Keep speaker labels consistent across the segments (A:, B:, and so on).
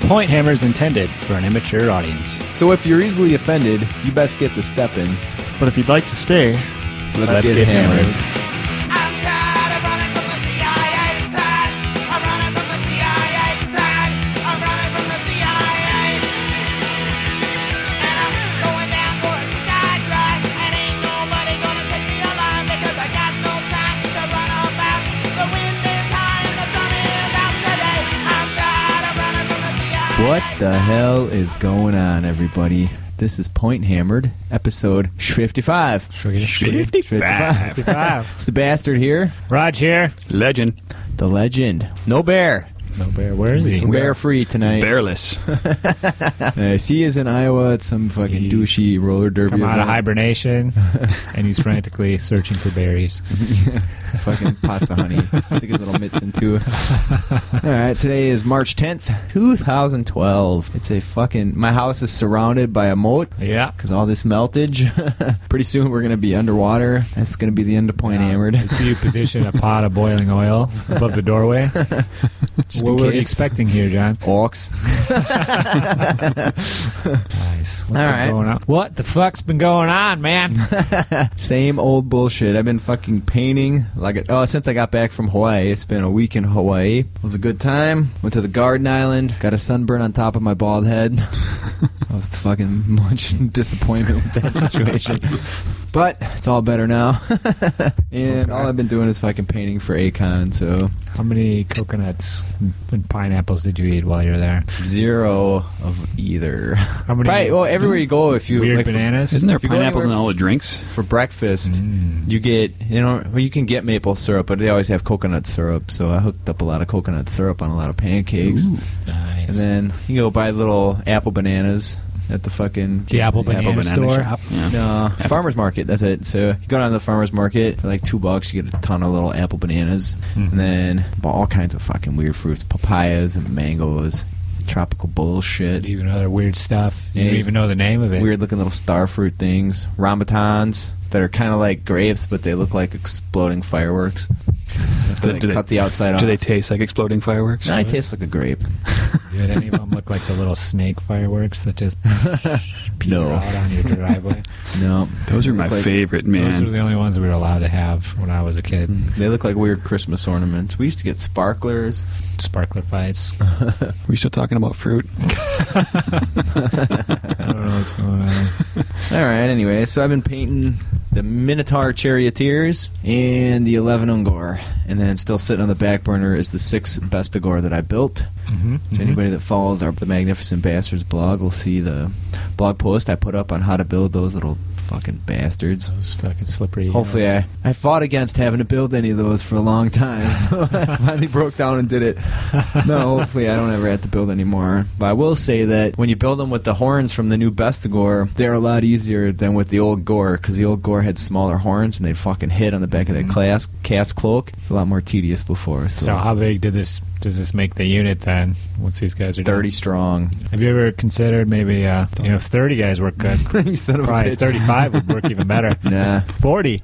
A: Point Hammer's intended for an immature audience.
B: So if you're easily offended, you best get the step in.
C: But if you'd like to stay,
B: Let's, get, hammered.
D: I'm tired of running from the CIA side. I'm running from the CIA side. I'm running from the CIA. And I'm going down for a side ride. And ain't nobody gonna take me alive because I got no time to run about. The wind is high and the sun is out today. I'm tired of running from the CIA.
B: What the hell is going on, everybody? This is Point Hammered, episode 55. 55. It's the bastard here,
A: Raj here.
E: Legend.
B: the legend. No bear.
A: No bear, where is he?
B: Bear free tonight.
E: Bearless.
B: Nice. He is in Iowa at some fucking
A: He's
B: douchey roller derby.
A: Come out of
B: event.
A: hibernation, and he's frantically searching for berries.
B: fucking pots of honey. Stick his little mitts into it. All right, today is March 10th, 2012. It's a fucking. My house is surrounded by a moat
A: Yeah.
B: because all this meltage. Pretty soon we're gonna be underwater. That's gonna be the end of Point
A: Um,
B: Hammered.
A: I see you position a pot of boiling oil above the doorway.
B: Just
A: what
B: in
A: were you
B: case.
A: expecting here, John?
B: Orcs.
A: Nice. What's
B: All
A: been
B: right.
A: going on? What the fuck's been going on, man?
B: Same old bullshit. I've been fucking painting like a, oh since I got back from Hawaii. It's been a week in Hawaii. It was a good time. Went to the Garden Island. Got a sunburn on top of my bald head. I was fucking much in disappointment with that situation. but it's all better now. and
A: Okay.
B: all I've been doing is fucking painting for Akon. So
A: How many coconuts and pineapples did you eat while you were there?
B: zero of either.
A: How many
B: Right. Well, everywhere you go, if you
A: weird
B: like for-
A: bananas?
E: Isn't there
B: If you go
E: pineapples in
B: anywhere-
E: all the drinks?
B: for breakfast,
A: Mm.
B: you get you know well, you can get maple syrup, but they always have coconut syrup. So I hooked up a lot of coconut syrup on a lot of pancakes,
A: nice.
B: and then you go buy little apple bananas at the fucking
A: the apple banana, store.
E: shop. Yeah.
B: no farmers market. That's it. So you go down to the farmers market for like two bucks, you get a ton of little apple bananas,
A: Mhm.
B: and then buy all kinds of fucking weird fruits, papayas and mangoes, tropical bullshit.
A: Even other weird stuff. You don't
B: Yeah.
A: even know the name of it.
B: weird looking little star fruit things, rambutans that are kind of like grapes, but they look like exploding fireworks.
E: Do
B: They
E: they-
B: cut the outside
E: Do
B: off.
E: they taste like exploding fireworks?
B: No, it tastes like a grape.
A: Did any of them look like the little snake fireworks that just peter
B: No.
A: out on your driveway?
B: No,
E: Oh, Those are my
B: Like-
E: favorite,
A: Those were
E: man.
A: the only ones we were allowed to have when I was a kid.
B: they look like weird Christmas ornaments. We used to get sparklers.
A: Sparkler fights.
E: We still talking about fruit?
A: I don't know what's going on.
B: All right. Anyway, so I've been painting the Minotaur charioteers and the eleven Ungor, and then still sitting on the back burner is the six Bestigor that I built.
A: Mm-hmm.
B: So anybody that follows our the Magnificent Bastards blog will see the blog post I put up on how to build those little fucking bastards.
A: Those fucking slippery.
B: Hopefully,
A: hills.
B: I, I fought against having to build any of those for a long time. So I finally broke down and did it. No, hopefully, I don't ever have to build anymore. But I will say that when you build them with the horns from the new Bestigor, they're a lot easier than with the old Gore, because the old Gore had smaller horns and they fucking hit on the back of that class, cast cloak. It's a lot more tedious before.
A: Mm-hmm.
B: So,
A: So how big did this does this make the unit then? Once these guys are done?
B: 30 strong.
A: Have you ever considered maybe uh, you know if thirty guys work good,
B: you son of a
A: probably
B: bitch.
A: thirty five would work even better.
B: Nah.
A: Forty,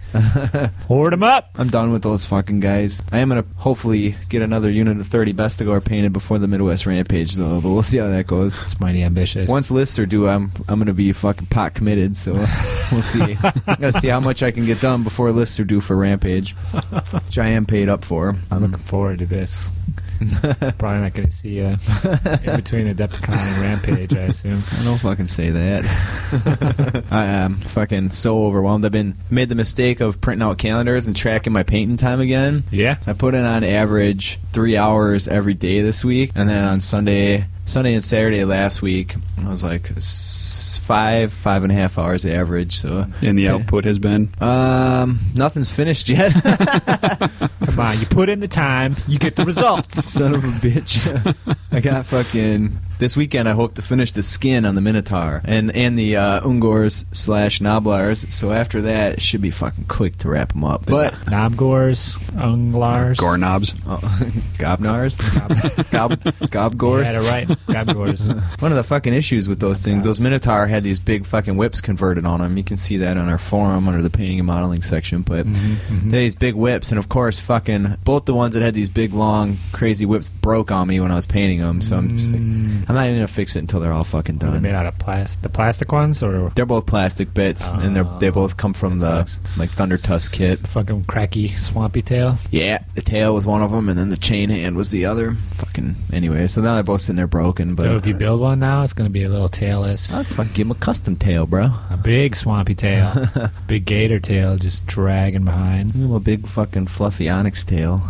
A: hoard them up.
B: I'm done with those fucking guys. I am gonna hopefully get another unit of 30 Bestigor painted before the Midwest Rampage, though. But we'll see how that goes.
A: It's mighty ambitious.
B: Once lists are due, I'm I'm gonna be fucking pot committed. So we'll see. I'm gonna see how much I can get done before lists are due for Rampage, which I am paid up for.
A: I'm
B: I'm
A: looking forward to this. Probably not going to see you in between Adepticon and Rampage, I assume.
B: I don't fucking say that. I am fucking so overwhelmed. I've been made the mistake of printing out calendars and tracking my painting time again.
A: Yeah.
B: I put in on average three hours every day this week, and then on Sunday, Sunday and Saturday last week, I was like s- five, five and a half hours average. So,
E: And the output has been
B: um, nothing's finished yet.
A: Come on, you put in the time, you get the results.
B: Son of a bitch! I got fucking this weekend. I hope to finish the skin on the Minotaur and and the uh, Ungors slash Noblars. So after that, it should be fucking quick to wrap them up. But
A: Nomgors, Unglars.
E: gore knobs.
B: oh, Gobnars, Gob
A: You
B: Gobgors.
A: had it right. Gobgors.
B: One of the fucking issues with those things, those Minotaur had these big fucking whips converted on them. You can see that on our forum under the painting and modeling section. But
A: Mm-hmm.
B: they had these big whips, and of course, fucking both the ones that had these big, long, crazy whips broke on me when I was painting them. So I'm just like, I'm not even gonna fix it until they're all fucking
A: Are Mm. they
B: done.
A: made out of plastic? The plastic ones or
B: They're both plastic bits, and they are they both come from
A: That
B: the
A: sucks.
B: like Thunder Tusk kit.
A: fucking cracky swampy tail?
B: Yeah, the tail was one of them, and then the chain hand was the other. Fucking anyway, so now they're both sitting there broken. But
A: so if you build one now, it's gonna be a little tailless,
B: I'd fucking give him a custom tail, bro.
A: a big swampy tail, big gator tail, just dragging behind.
B: Give him a big fucking fluffy onyx tail.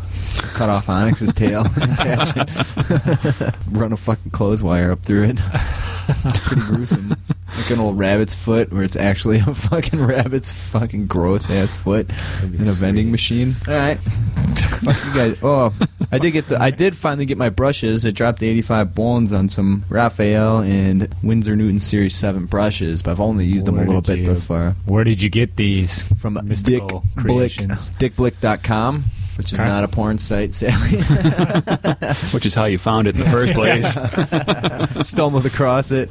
B: Cut off onyx's tail. attach it. Run a fucking clothes wire up through it. Pretty gruesome. Like an old rabbit's foot, where it's actually a fucking rabbit's fucking gross ass foot in a vending machine. All right. Fuck you guys. Oh, I did get the. I did finally get my brushes. I dropped 85 bones on some Raphael and Windsor Newton Series 7 brushes, but I've only used them a
A: Where
B: little
A: did
B: bit
A: you-
B: thus far
A: Where did you get these?
B: from
A: Mystical
B: Dick
A: creations.
B: Blick, dickblick.com, which is
A: Okay.
B: not a porn site, sadly.
E: Which is how you found it in the first place.
B: Stumbled across it.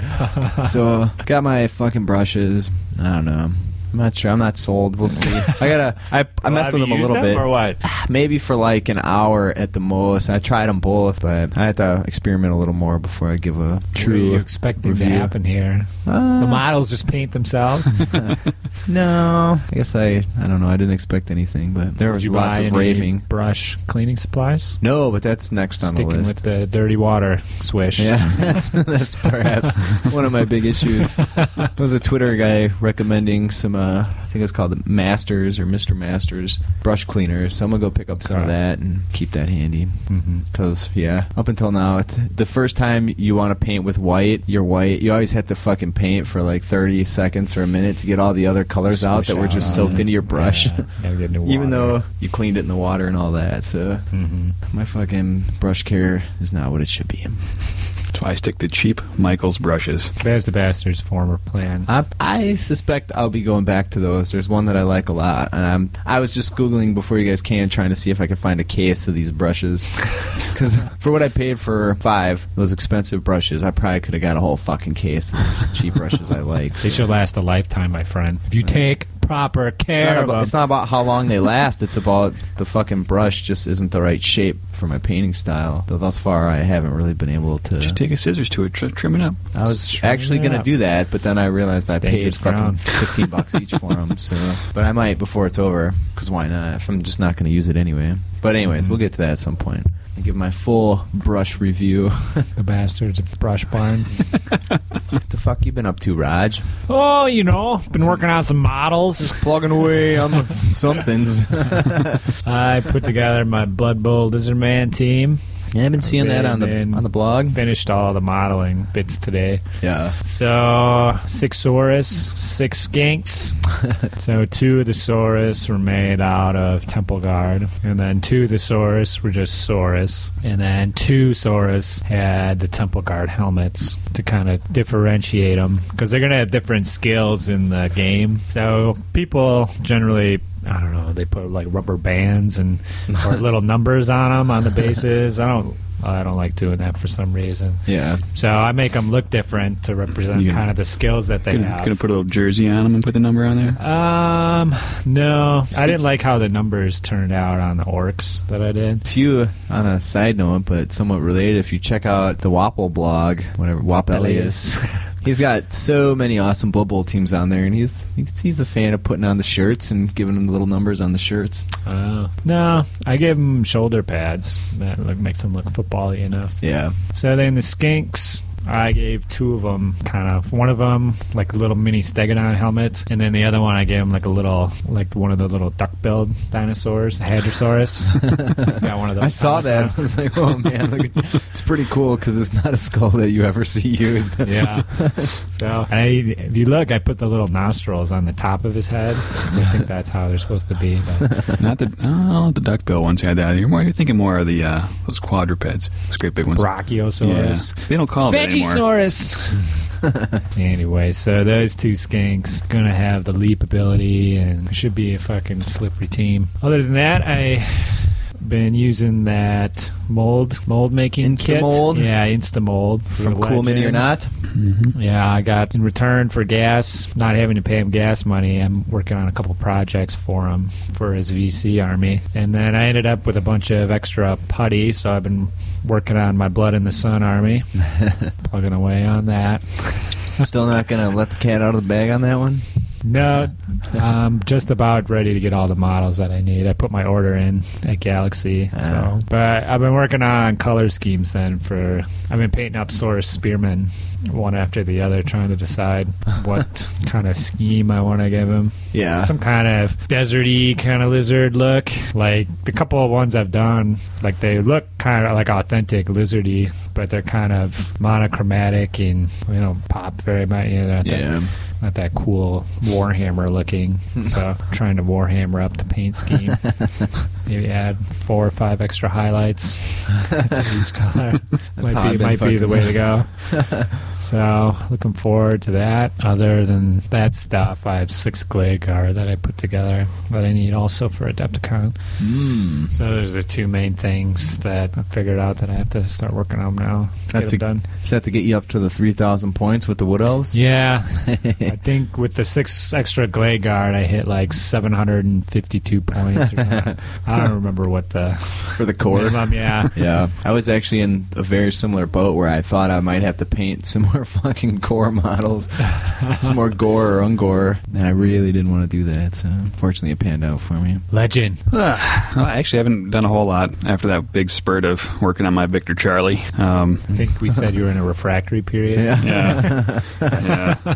B: So, got my fucking brushes. I don't know. I'm not sure. I'm not sold. We'll see. I gotta. I, I mess with them a little bit.
A: or what?
B: Maybe for like an hour at the most. I tried them both, but I have to experiment a little more before I give a
A: What are you
B: true.
A: expecting to
B: review.
A: happen here?
B: Uh,
A: The models just paint themselves.
B: no, I guess I. I don't know. I didn't expect anything, but there
A: Did
B: was
A: you
B: lots
A: buy
B: of
A: any
B: raving.
A: brush cleaning supplies?
B: No, but that's next on the
A: Sticking
B: list.
A: with the dirty water swish.
B: Yeah, that's, that's perhaps one of my big issues. There was a Twitter guy recommending some, uh, I think it's called the Masters or Mr. Masters brush cleaner. So I'm going to go pick up some of
A: Okay.
B: that and keep that handy.
A: hmm
B: Because, yeah, up until now, it's the first time you want to paint with white, you're white. You always have to fucking paint for like 30 seconds or a minute to get all the other colors out that were just soaked into your brush. Even though you cleaned it in the water and all that, so
A: hmm
B: my fucking brush care is not what it should be.
E: That's why I stick to cheap Michaels brushes.
A: There's the bastard's former plan.
B: I, I suspect I'll be going back to those. There's one that I like a lot, and I'm I was just googling before you guys came, trying to see if I could find a case of these brushes. Because for what I paid for five of those expensive brushes, I probably could have got a whole fucking case of those cheap brushes I like.
A: They should last a lifetime, my friend. If you take proper
B: It's
A: care
B: not,
A: of
B: about, it's
A: them.
B: not about how long they last. It's about the fucking brush just isn't the right shape for my painting style. Though thus far, I haven't really been able to.
E: Just take a scissors to it, tr- trim it up.
B: I was
A: String
B: actually
A: it
B: gonna
A: up.
B: do that, but then I realized I
A: It's
B: paid
A: dangerous
B: fucking
A: ground.
B: fifteen bucks each for them. So, but I might before it's over because why not? If I'm just not gonna use it anyway. But anyways,
A: Mm-hmm.
B: we'll get to that at some point. I give my full brush review.
A: the bastard's brush barn.
B: what the fuck you been up to, Raj?
A: oh, you know, been working on some models.
B: Plugging away. I'm something's.
A: I put together my Blood Bowl Lizard Man team.
B: Yeah, I've been seeing that on the
A: Been-
B: on the blog.
A: Finished all the modeling bits today.
B: Yeah.
A: So six saurus, six skinks. so two of the saurus were made out of temple guard, and then two of the saurus were just saurus, and then two saurus had the temple guard helmets to kind of differentiate them because they're gonna have different skills in the game. So people generally. I don't know. They put like rubber bands and or little numbers on them on the bases. I don't. I don't like doing that for some reason.
B: Yeah.
A: So I make them look different to represent
E: You can-
A: kind of the skills that they
E: Gonna,
A: have.
E: gonna put a little jersey on them and put the number on there.
A: um, no, I didn't like how the numbers turned out on the orcs that I did.
B: If you, on a side note, but somewhat related, if you check out the Wapple blog, whatever Wapelli is, he's got so many awesome Blood Bowl teams on there, and he's he's a fan of putting on the shirts and giving them the little numbers on the shirts.
A: Oh, no, I gave them shoulder pads that look makes them look football-y enough.
B: Yeah,
A: So then the skinks. I gave two of them kind of one of them like a little mini stegodon helmet, and then the other one I gave him like a little like one of the little duck-billed dinosaurs, Hadrosaurus. He's got one of those
B: I saw
A: helmets on.
B: that. I was like, oh man, look, it's pretty cool because it's not a skull that you ever see used.
A: Yeah. so and I, if you look, I put the little nostrils on the top of his head. 'cause I think that's how they're supposed to be. But
E: Not the no, the duckbill ones had that. You're, more, you're thinking more of the uh, those quadrupeds, those great big ones.
A: Brachiosaurus.
E: Yeah. They don't call them that anymore.
A: Vegisaurus. anyway, so those two skinks gonna have the leap ability and should be a fucking slippery team. Other than that, I Been using that mold mold making kit.
B: Instamold?
A: Yeah, Instamold
B: From Cool Mini or Not.
A: Yeah, I got in return for gas, not having to pay him gas money. I'm working on a couple projects for him for his VC army, and then I ended up with a bunch of extra putty. So I've been working on my Blood in the Sun army, plugging away on that.
B: Still not going to let the cat out of the bag on that one.
A: No, I'm just about ready to get all the models that I need. I put my order in at Galaxy,
B: Ah.
A: so but I've been working on color schemes then for I've been painting up Source Spearman one after the other, trying to decide what kind of scheme I want to give him.
B: Yeah.
A: Some kind of deserty kind of lizard look. Like the couple of ones I've done, like they look kind of like authentic lizardy, but they're kind of monochromatic and you know pop very much. You know, they're not that-
B: yeah.
A: not that cool Warhammer looking. so trying to Warhammer up the paint scheme. Maybe add four or five extra highlights. to each color.
B: how
A: might
B: I've
A: be
B: been
A: might be the
B: fucking-
A: way to go. so looking forward to that. Other than that stuff, I have six Gligar that I put together that I need also for Adepticon.
B: Mm.
A: So those are two main things that I figured out that I have to start working on now. to
B: That's
A: get
B: a-
A: 'em done.
B: Is that to get you up to the 3,000 points with the Wood Elves?
A: Yeah, I think with the six extra glade guard, I hit like 752 points. Or something. I don't remember what the
B: For the core?
A: minimum. Yeah,
B: Yeah, I was actually in a very similar boat where I thought I might have to paint some more fucking gore models, some more gore or ungore, and I really didn't want to do that. So unfortunately, it panned out for me.
A: legend.
E: Well, I actually haven't done a whole lot after that big spurt of working on my Victor Charlie. Um,
A: I think we said you were in a refractory period.
B: Yeah,
E: yeah. yeah.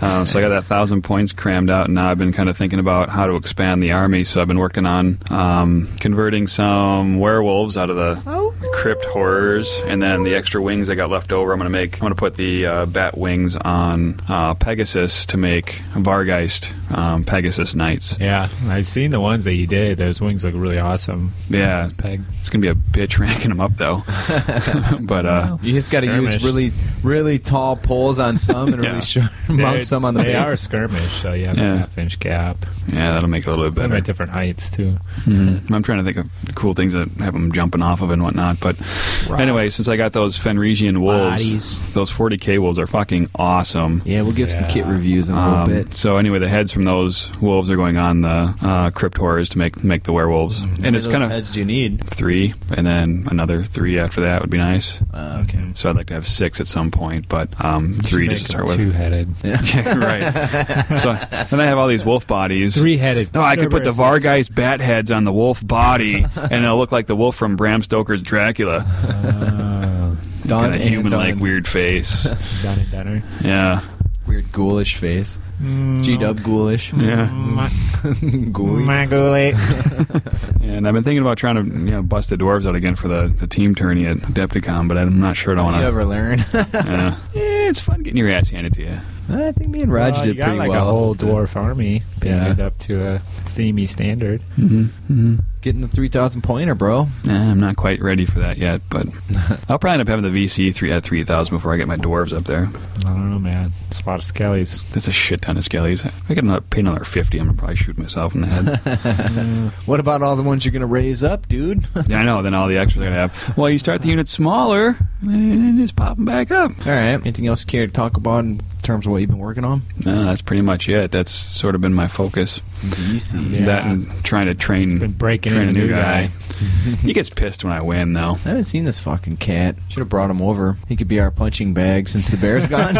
E: Uh, so I got that thousand points crammed out, and now I've been kind of thinking about how to expand the army. So I've been working on um, converting some werewolves out of the crypt horrors, and then the extra wings I got left over. I'm gonna make. I'm gonna put the uh, bat wings on uh, Pegasus to make Vargeist um, Pegasus Knights.
A: Yeah, I've seen the ones that you did. Those wings look really awesome.
E: Yeah.
A: Those peg.
E: It's gonna be a bitch ranking them up though, but uh,
B: you just got to use
A: Skirmished.
B: really, really tall poles on some and
E: Yeah.
B: really short, mount some on the
A: They are
B: base.
A: skirmish, so you have
E: Yeah.
A: a half inch gap.
E: yeah, that'll make it a little bit
A: They're
E: better.
A: at different heights too.
E: Mhm. I'm trying to think of cool things that have them jumping off of and whatnot. But
A: Right.
E: anyway, since I got those Fenrisian wolves,
A: Bodies.
E: those 40k wolves are fucking awesome.
B: Yeah, we'll give some
A: Yeah.
B: kit reviews in a little
E: Um,
B: bit.
E: So anyway, the heads from those wolves are going on the uh, crypt horrors to make make the werewolves, and it's kind of
B: heads do you need.
E: three, and then another three after that would be nice.
B: Uh, okay.
E: So I'd like to have six at some point, but um,
A: You should
E: three
A: make
E: just to start
A: them
E: with.
A: two-headed,
E: yeah, right. so then I have all these wolf bodies.
A: three-headed.
E: No, I could put the
A: Cerberuses.
E: Vargeist bat heads on the wolf body, and it'll look like the wolf from Bram Stoker's Dracula.
A: Oh,
B: Done
E: Kind of
B: and
E: human like
B: done.
E: weird face.
A: Dun and Dunner.
E: Yeah.
B: weird ghoulish face.
E: Mm.
B: G Dub ghoulish.
E: Yeah.
B: Ghouly.
E: And I've been thinking about trying to you know, bust the dwarves out again for the, the team tourney at Adepticon, but I'm not sure I
B: You
E: don't want to.
B: ever learn?
E: Yeah. Yeah, it's fun getting your ass handed to you.
B: I think me and Raj
A: Well,
B: did
A: you got
B: pretty
A: like
B: well.
A: a whole dwarf army painted
B: Yeah.
A: up to a themey standard.
B: Getting the 3,000 pointer, bro.
E: Nah, I'm not quite ready for that yet, but I'll probably end up having the VC three at 3,000 before I get my dwarves up there.
A: I
B: Mm-hmm.
A: don't know, man. It's a lot of skellies.
E: That's a shit ton of skellies. If I get another, pay another 50, I'm going to probably shoot myself in the head.
B: What about all the ones you're going to raise up, dude? all
E: Yeah, I know. Then all the extras are gonna have. Well, you start the unit smaller, and it just pop them back up.
B: right. Anything else you care to talk about in terms of what you've been working on?
E: No, that's pretty much it. That's sort of been my focus.
B: Easy.
A: Yeah.
E: That and trying to train,
A: Been breaking in
E: train a new guy. he gets pissed when I win, though.
B: I haven't seen this fucking cat. Should have brought him over. He could be our punching bag since the bear's gone.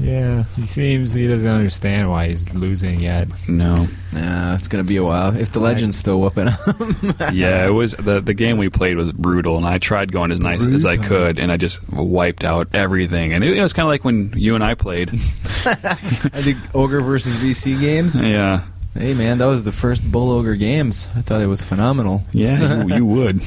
A: Yeah, he seems he doesn't understand why he's losing yet.
E: No,
B: nah, it's going to be a while. If the legend's still whooping up.
E: yeah, it was the the game we played was brutal, and I tried going as nice as I could, and I just wiped out everything. And it, it was kind of like when you and I played.
B: I think oh, Ogre versus VC games.
E: yeah,
B: Hey, man, that was the first Bull Ogre games. I thought it was phenomenal.
E: yeah, you, you would.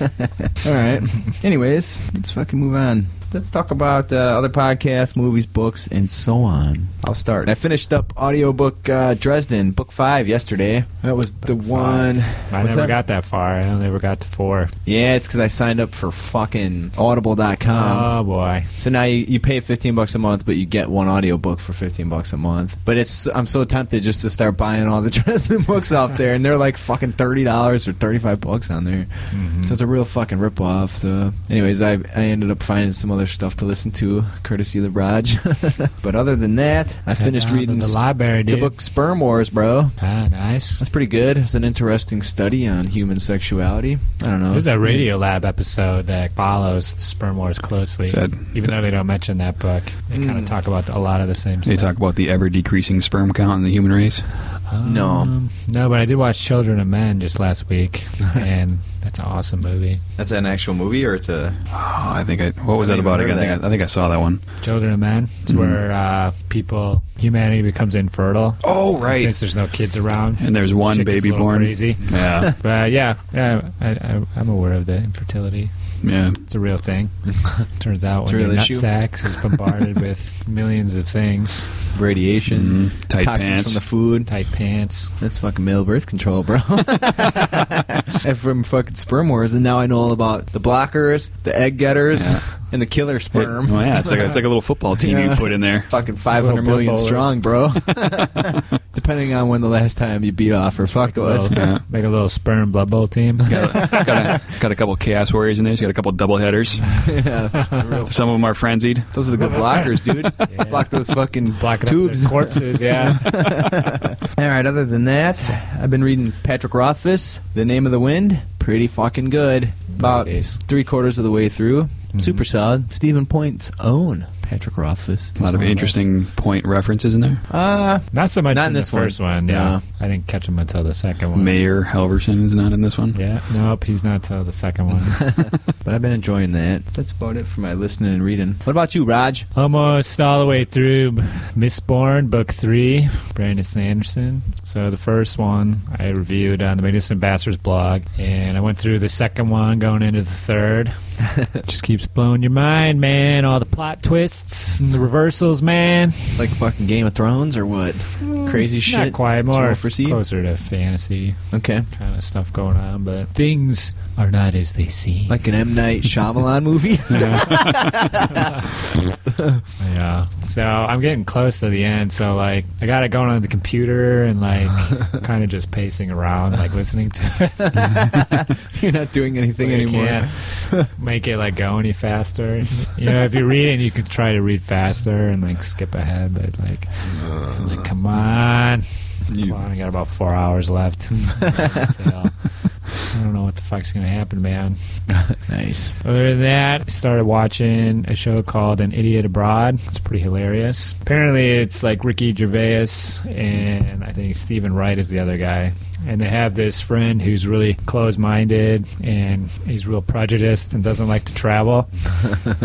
B: All right. Anyways, let's fucking move on. Let's talk about uh, other podcasts, movies, books, and so on. I'll start. I finished up audiobook uh, Dresden, book five, yesterday. That was the one.
A: I
B: was
A: never
B: that-
A: got that far. I never got to four.
B: Yeah, it's because I signed up for fucking audible.com.
A: oh boy.
B: So now you, you pay 15 bucks a month, but you get one audiobook for 15 bucks a month. But it's I'm so tempted just to start buying all the Dresden books off there, and they're like fucking $30 or 35 bucks on there. So it's a real fucking ripoff. So, anyways, I, I ended up finding some other stuff to listen to, courtesy of the Raj. but other than that, I finished
A: Down to
B: reading
A: the
B: s-
A: library,
B: the
A: dude.
B: book Sperm Wars, bro.
A: Ah, nice.
B: That's pretty good. It's an interesting study on human sexuality. I don't know.
A: There's that Radio Lab episode that follows the sperm wars closely,
E: Sad.
A: even though they don't mention that book. They kind
B: Mm.
A: of talk about a lot of the same
E: They
A: stuff.
E: talk about the ever decreasing sperm count in the human race.
B: No.
A: Um, no, but I did watch Children of Men just last week, and that's an awesome movie.
B: That's an actual movie, or it's a.
E: Oh, I think I. What was
B: I
E: that
B: don't
E: about
B: even
E: again? I
B: remember
E: think I, I think I saw that one.
A: Children of Men, it's
B: Mm-hmm.
A: where uh, people humanity becomes infertile.
E: Oh,
A: And
E: right.
A: since there's no kids around,
E: And there's one
A: shit gets a
E: baby
A: little
E: born.
A: Crazy,
E: Yeah,
A: but yeah, yeah, I, I, I'm aware of the infertility.
E: yeah.
A: It's a real thing. Turns out
B: It's a
A: when your
B: real issue.
A: nutsack is bombarded with millions of things,
B: Radiations.
E: Mhm. Tight
B: Mm-hmm. toxins
E: pants.
B: from the food.
A: tight pants.
B: That's fucking male birth control, bro. and from fucking sperm wars, and now I know all about the blockers, the egg getters,
E: Yeah.
B: and the killer
E: Hey,
B: sperm.
E: oh, yeah, it's like it's like a little football team
B: Yeah.
E: you put in there.
B: Fucking 500
A: Little
B: million
A: pinballers.
B: strong, bro. Depending on when the last time you beat off or fucked was.
A: Little-
E: Yeah.
A: Make a little sperm blood bowl team.
E: Got a, got, a, got a couple chaos warriors in there. She's got a couple double headers. Some of them are frenzied.
B: Those are the good blockers, dude.
A: Yeah.
B: Block those fucking
A: Black
B: tubes.
A: Tubes. corpses, yeah.
B: All right, other than that, I've been reading Patrick Rothfuss, The Name of the Wind. Pretty fucking good. About
A: It is. Mm-hmm.
B: three quarters of the way through. Super solid. Stephen Point's own Patrick Rothfuss.
E: A lot of
A: That's
E: interesting point references in there.
B: Uh,
A: Not so much
B: Not in
A: in the
B: this one.
A: first one. Yeah.
B: No.
A: I didn't catch him until the second one.
E: Mayor Halverson is not in this one.
A: Yeah, nope, he's not till the second one.
B: but I've been enjoying that. That's about it for my listening and reading. What about you, Raj?
A: Almost all the way through Mistborn, Book 3, Brandon Sanderson. So the first one I reviewed on the Magnificent Bastards blog, and I went through the second one going into the third. Just keeps blowing your mind, man. All the plot twists and the reversals, man.
B: It's like fucking Game of Thrones or what? Crazy shit.
A: Not quite
B: Did you
A: more
B: foresee?
A: closer to fantasy
B: Okay.
A: kind of stuff going on, but things are not as they seem.
B: Like an M. Night Shyamalan movie?
A: Yeah. So I'm getting close to the end. So like I got it going on the computer and like kind of just pacing around, like listening to it.
B: You're not doing anything
A: You
B: anymore.
A: can't make it like go any faster. You know, if you read it, you could try to read faster and like skip ahead, but like, like, come on.
B: You-
A: Come on, I got about four hours left. So, I don't know what the fuck's gonna happen, man.
B: Nice.
A: Other than that, I started watching a show called An Idiot Abroad. It's pretty hilarious. Apparently, it's like Ricky Gervais and I think Stephen Wright is the other guy. And they have this friend who's really closed minded and he's real prejudiced and doesn't like to travel.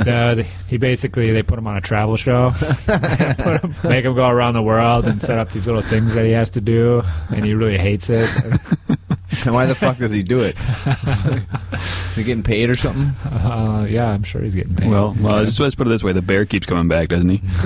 A: so th- he basically, they put him on a travel show, put him, make him go around the world and set up these little things that he has to do. And he really hates it.
B: And why the fuck does he do it? He getting paid or something?
A: Uh, yeah, I'm sure he's getting paid.
E: Well, well, let's, let's put it this way: the bear keeps coming back, doesn't he?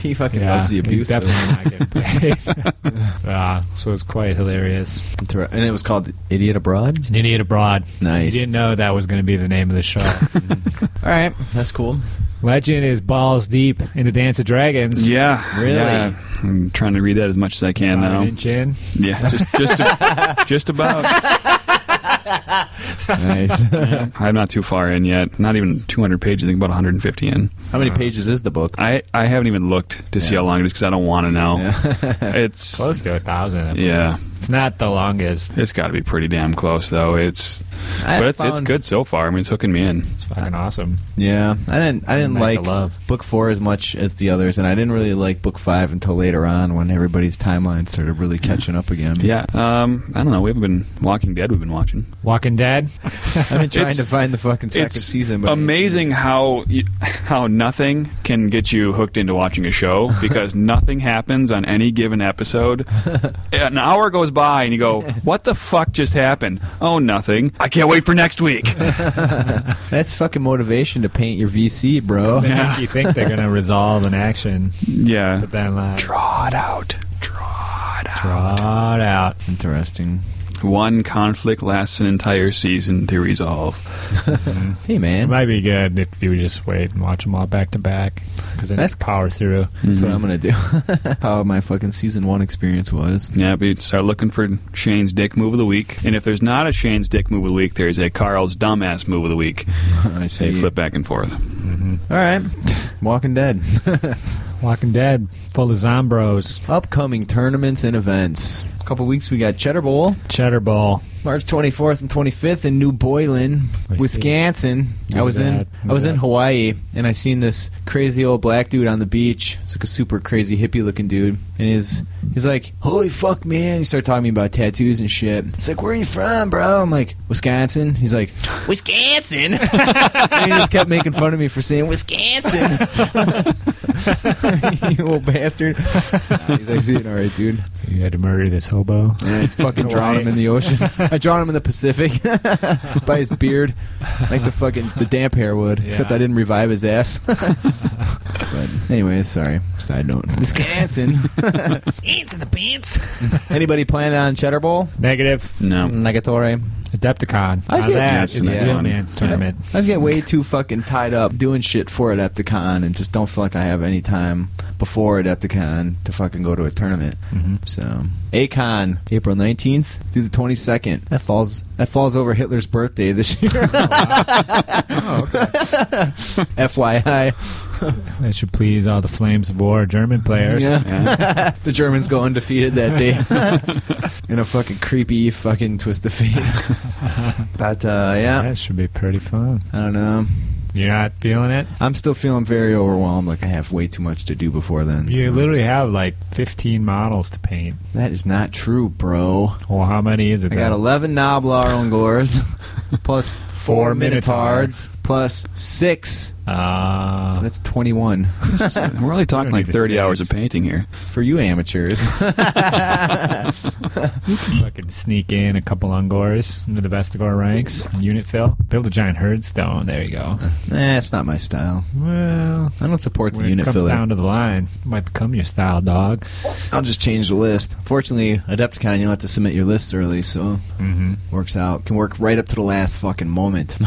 B: he fucking loves the
A: he's
B: abuse. though.
A: Definitely not getting paid. yeah, so it's quite hilarious.
B: Inter- And it was called Idiot Abroad?
A: An idiot abroad. You
B: Nice.
A: didn't know that was going to be the name of the show.
B: All right, that's cool.
A: Legend is balls deep in the Dance of Dragons.
E: Yeah,
B: Really?
E: yeah. I'm trying to read that as much as I can
A: Robin
E: now.
A: and Jin.
E: Yeah, just just a- just about.
B: Nice.
E: I'm not too far in yet. Not even 200 pages. I think about 150 in.
B: How many pages is the book?
E: I I haven't even looked to see
B: Yeah.
E: how long it is because I don't want to know. It's
A: Close to a thousand.
E: Yeah,
A: It's not the longest.
E: it's got to be pretty damn close though. It's but it's it's good so far. I mean, it's hooking me in.
A: It's fucking awesome.
B: Yeah, I didn't. I didn't
A: Back to
B: like
A: love.
B: book four as much as the others, and I didn't really like book five until later on when everybody's timeline started really catching up again.
E: Yeah. Um. I don't know. We haven't been Walking Dead. We've been watching.
A: Walking Dead.
B: I've been trying
E: It's-
B: to find the fucking second
E: it's
B: season. But
E: amazing how you, how nothing can get you hooked into watching a show because nothing happens on any given episode. An hour goes goes by and you go, "What the fuck just happened?" Oh, nothing. I can't wait for next week.
B: That's fucking motivation to paint your VC, bro.
A: They make you think they're going to resolve an action,
E: yeah.
A: but then like,
E: Draw it out. Draw it out.
A: draw it out.
B: Interesting.
E: One conflict lasts an entire season to resolve.
B: Hey,
A: It
B: man.
A: might be good if you would just wait and watch them all back to back because then that's
B: That's-
A: power through.
B: That's what I'm gonna do. How my fucking season one experience was.
E: Yeah, we start looking for Shane's dick move of the week. And if there's not a Shane's dick move of the week, there's a Carl's dumbass move of the week.
B: I
E: They
B: see.
E: flip back and forth.
B: All right. Walking Dead.
A: Walking Dead, full of zombros.
B: Upcoming tournaments and events. A couple weeks we got Cheddar Bowl,
A: Cheddar Bowl.
B: March 24th and 25th in New Boylan,
A: I see.
B: Wisconsin. I
A: Look
B: was
A: at
B: in
A: that.
B: I
A: Look
B: was
A: at
B: in
A: that.
B: Hawaii and I seen this crazy old black dude on the beach. It's like a super crazy hippie looking dude, and he's he's like, "Holy fuck, man!" He started talking to me about tattoos and shit. He's like, "Where are you from, bro?" I'm like, "Wisconsin." He's like, "Wisconsin." and he just kept making fun of me for saying Wisconsin. you old bastard. Nah, he's like, "Dude, all right, dude."
A: You had to murder this hobo.
B: I fucking drown him in the ocean. I drown him in the Pacific by his beard, like the fucking the damp hair would. Except
A: Yeah.
B: I didn't revive his ass. but anyway, sorry. Side note. Wisconsin. Ants in the pants. Anybody planning on Cheddar Bowl?
A: Negative.
E: No.
B: Negatore.
A: Adepticon.
B: I was
A: Now
B: getting-
A: that
E: That's
A: is a
E: not
A: good
E: funny.
A: man's tournament.
B: I just get way too fucking tied up doing shit for Adepticon and just don't feel like I have any time before Adepticon to fucking go to a tournament.
A: Mhm.
B: So Acon, April nineteenth through the twenty second. That falls that falls over Hitler's birthday this year. FYI,
A: That should please all the Flames of War German players.
B: Yeah. the Germans go undefeated that day in a fucking creepy fucking twist of fate. but uh, yeah,
A: That should be pretty fun.
B: I don't know.
A: You're not feeling it?
B: I'm still feeling very overwhelmed. Like I have way too much to do before then.
A: You
B: so-
A: literally have like 15 models to paint.
B: That is not true, bro.
A: Well, how many is it?
B: I got
A: then?
B: 11 Noblar Ongors, plus four
A: Four
B: Minotards, plus six.
A: Ah.
B: So that's 21
E: We're only talking like 30 hours of painting here.
B: for you amateurs.
A: fucking sneak in a couple Ungors into the Vestigor ranks. Unit fill. Build a giant herdstone. There you go.
B: nah, it's not my style.
A: Well,
B: I don't support the
A: when it
B: unit
A: comes
B: filler.
A: down to the line, it might become your style, dog.
B: I'll just change the list. Fortunately, Adepticon, you'll have to submit your lists early, so
A: Mm-hmm.
B: works out. Can work right up to the last fucking moment.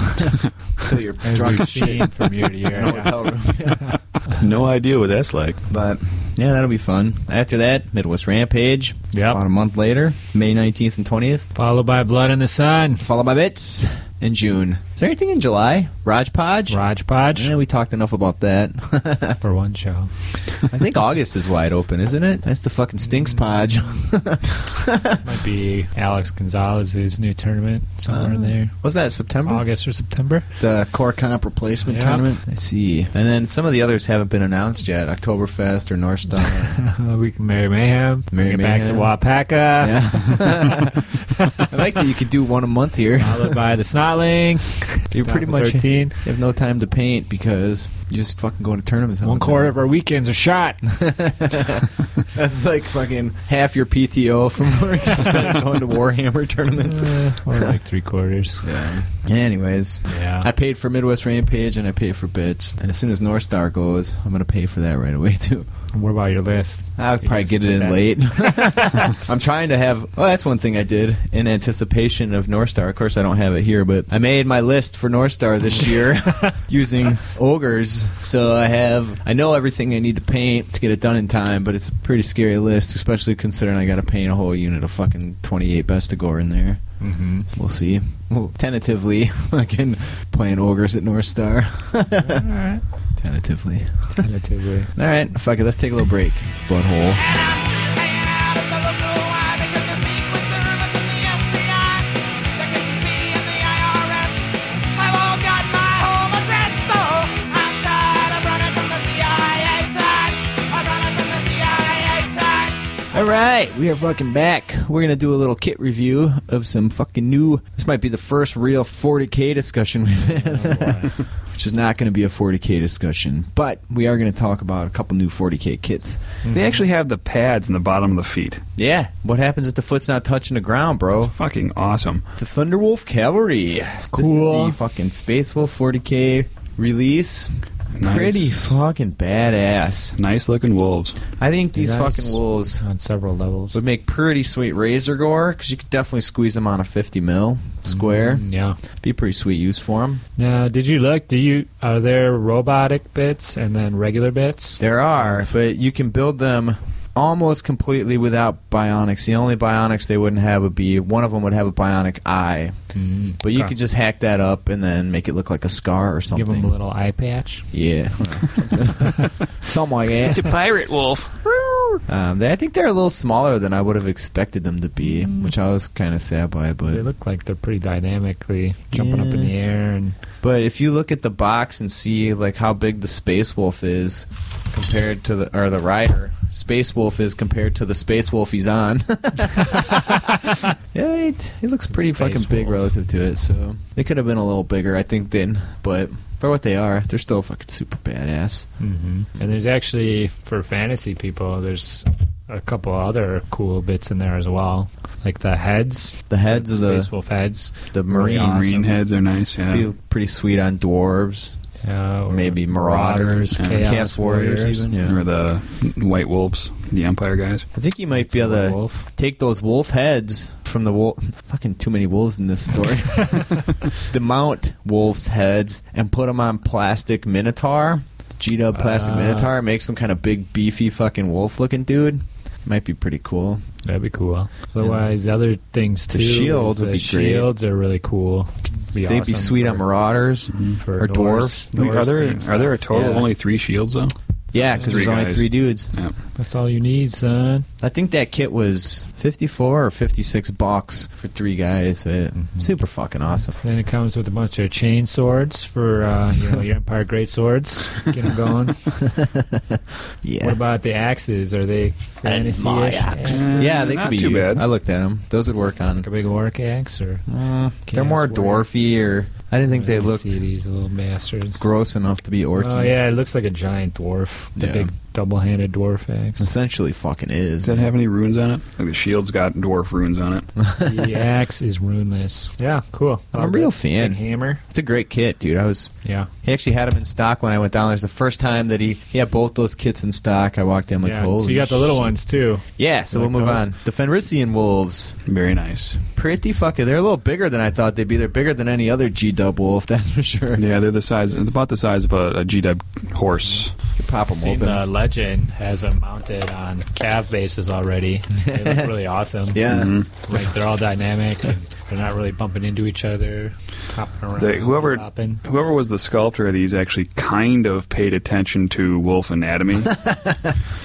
B: Until you're drunk as shit
A: Routine from year to year.
B: in a
A: yeah.
B: hotel room. Yeah.
E: No idea what that's like.
B: But yeah, that'll be fun. After that, Midwest Rampage.
A: Yep.
B: About a month later, May 19th and 20th.
A: Followed by Blood in the Sun.
B: followed by Bits in June. Is there anything in July? Raj Podge?
A: Rajpodge
B: Yeah, we talked enough about that.
A: for one show.
B: I think August is wide open, isn't it? That's the fucking Stinks Podge.
A: Might be Alex Gonzalez's new tournament somewhere in there.
B: Uh, Was that September?
A: August or September.
B: The Core Comp replacement
A: Yeah.
B: tournament? I see. And then some of the others haven't been announced yet Oktoberfest or North Star.
A: we can marry Mayhem.
B: Marry
A: Bring it back to
B: Mayhem.
A: Wapaka.
B: yeah. I like that you could do one a month here.
A: Followed by the Snotling.
B: You pretty much
A: 2013.
B: have no time to paint because you just fucking go to tournaments. all
A: One
B: the
A: quarter
B: time.
A: of our weekends are shot.
B: That's like fucking half your PTO from where you spent going to Warhammer tournaments.
A: Uh, or like three quarters.
B: Yeah. Anyways,
A: Yeah.
B: I paid for Midwest Rampage and I paid for Bits. And as soon as North Star goes, I'm gonna pay for that right away too.
A: What about your list?
B: I'll
A: You
B: probably
A: just
B: get it
A: did
B: in
A: that.
B: late. I'm trying to have. Well, that's one thing I did in anticipation of North Star. Of course, I don't have it here, but I made my list for North Star this year using ogres. So I have. I know everything I need to paint to get it done in time, but it's a pretty scary list, especially considering I got to paint a whole unit of fucking 28 Bestigor in there.
A: Mm-hmm.
B: We'll see. Well, tentatively, I can plan ogres at North Star. tentatively.
A: Relatively.
B: All right, fuck it. Let's take a little break. Butthole.
D: And I'm hanging out at the local Y because the Secret Service and the FBI, the KGB and the IRS have all got my home address. So I'm tired of running from the CIA side. I'm running from the CIA side.
B: All right, we are fucking back. We're gonna do a little kit review of some fucking new. This might be the first real 40k discussion we've had, which is not gonna be a 40k discussion, but we are gonna talk about a couple new 40k kits.
E: They actually have the pads in the bottom of the feet.
B: Yeah, what happens if the foot's not touching the ground, bro?
E: Fucking awesome.
B: The Thunderwolf Cavalry,
A: Cool.
B: This is the fucking Space Wolf 40k release.
E: Nice.
B: Pretty fucking badass.
E: Nice looking wolves.
B: I think these
A: Nice.
B: fucking wolves
A: Mm-hmm. on several levels.
B: would make pretty sweet razor gore because you could definitely squeeze them on a 50 mil square.
A: Mm, yeah.
B: Be a pretty sweet use for them.
A: Now, did you look? Do you are there robotic bits and then regular bits?
B: There are, but you can build them almost completely without bionics. The only bionics they wouldn't have would be one of them would have a bionic eye,
A: Mm,
B: but you
A: okay.
B: could just hack that up and then make it look like a scar or something.
A: give them a little eye patch.
B: yeah, something like that.
E: a pirate wolf.
B: Um, they, I think they're a little smaller than I would have expected them to be, which I was kind of sad by. But
A: Mm. They look like they're pretty dynamically jumping up in the air and
B: But if you look at the box and see like how big the Space Wolf is compared to the or the rider, Space Wolf is compared to the Space Wolf he's on. yeah, it, it looks pretty
A: Space
B: fucking big
A: Wolf.
B: relative to it. So they could have been a little bigger, I think, then. But for what they are, they're still fucking super badass. Mm-hmm.
A: hmm And there's actually for fantasy people, there's a couple other cool bits in there as well, like the heads,
B: The heads of
A: space
B: the
A: wolf heads,
B: the
A: Pretty
E: Green,
B: Marine
A: awesome.
E: heads are nice, yeah.
B: be pretty sweet on dwarves,
A: uh, or
B: maybe marauders, uh,
E: yeah.
A: chaos, warriors,
B: even. Yeah.
E: Or the white wolves, the Empire guys.
B: I think you might be able to
A: wolf.
B: take those wolf heads from the wolf. Fucking too many wolves in this story. the mount wolves' heads and put them on plastic minotaur. G Dub plastic
A: Ah.
B: minotaur make some kind of big beefy fucking wolf looking dude. Might be pretty cool.
A: That'd be cool. Otherwise, other things too.
B: The shield
A: is
B: would
A: the
B: be great.
A: Shields are really cool. Be
B: They'd
A: awesome
B: be sweet
A: for,
B: on marauders.
E: Mm-hmm.
A: for
B: or
A: Norse-
B: dwarves.
E: Wait, are
A: Norse
E: there
A: themes.
E: are there a total of
B: Yeah.
E: only three shields though?
B: Yeah, because
E: Three
B: there's only
E: guys.
B: three dudes.
E: Yeah.
A: That's all you need, son.
B: I think that kit was 54 or 56 bucks for three guys. Uh, Super fucking awesome.
A: Then it comes with a bunch of chain swords for uh, you know, your Empire Great Swords. Get them going.
B: Yeah.
A: What about the axes? Are they fantasy?
B: yeah, they
E: Not
B: could be
E: too
B: used.
E: bad.
B: I looked at them. Those would work on
A: Like a big orc axe, or
B: Uh, they're
A: Chaos
B: more
A: Warrior.
B: dwarfy, or I didn't think they
A: You
B: looked
A: see these little bastards.
B: gross enough to be orky.
A: Oh yeah, it looks like a giant dwarf, the
B: Yeah.
A: big double-handed dwarf axe.
B: essentially, fucking is.
E: Does that have any runes on it? Like the shield's got dwarf runes on it.
A: the axe is runeless. Yeah, cool.
B: I'm a
A: Love
B: real
A: it.
B: fan.
A: Big hammer.
B: It's a great kit, dude. I was.
A: Yeah,
B: He actually had them in stock when I went down. There's the first time that he he had both those kits in stock. I walked in I'm like,
A: yeah.
B: holy
A: So you got the little
B: shit.
A: ones too.
B: Yeah. So
A: You
B: we'll
A: like
B: move
A: those?
B: on. The Fenrisian wolves,
E: Very nice.
B: pretty fucking. They're a little bigger than I thought they'd be. They're bigger than any other G Dub wolf, that's for sure.
E: Yeah, they're the size about the size of a, a G Dub horse.
B: Could pop them
A: Seen
B: open.
A: the legend has them mounted on calf bases already. They look really awesome.
B: yeah.
A: like they're all dynamic. And they're not really bumping into each other, hopping around.
E: They- whoever-
A: hopping.
E: Whoever was the sculptor of these actually kind of paid attention to wolf anatomy.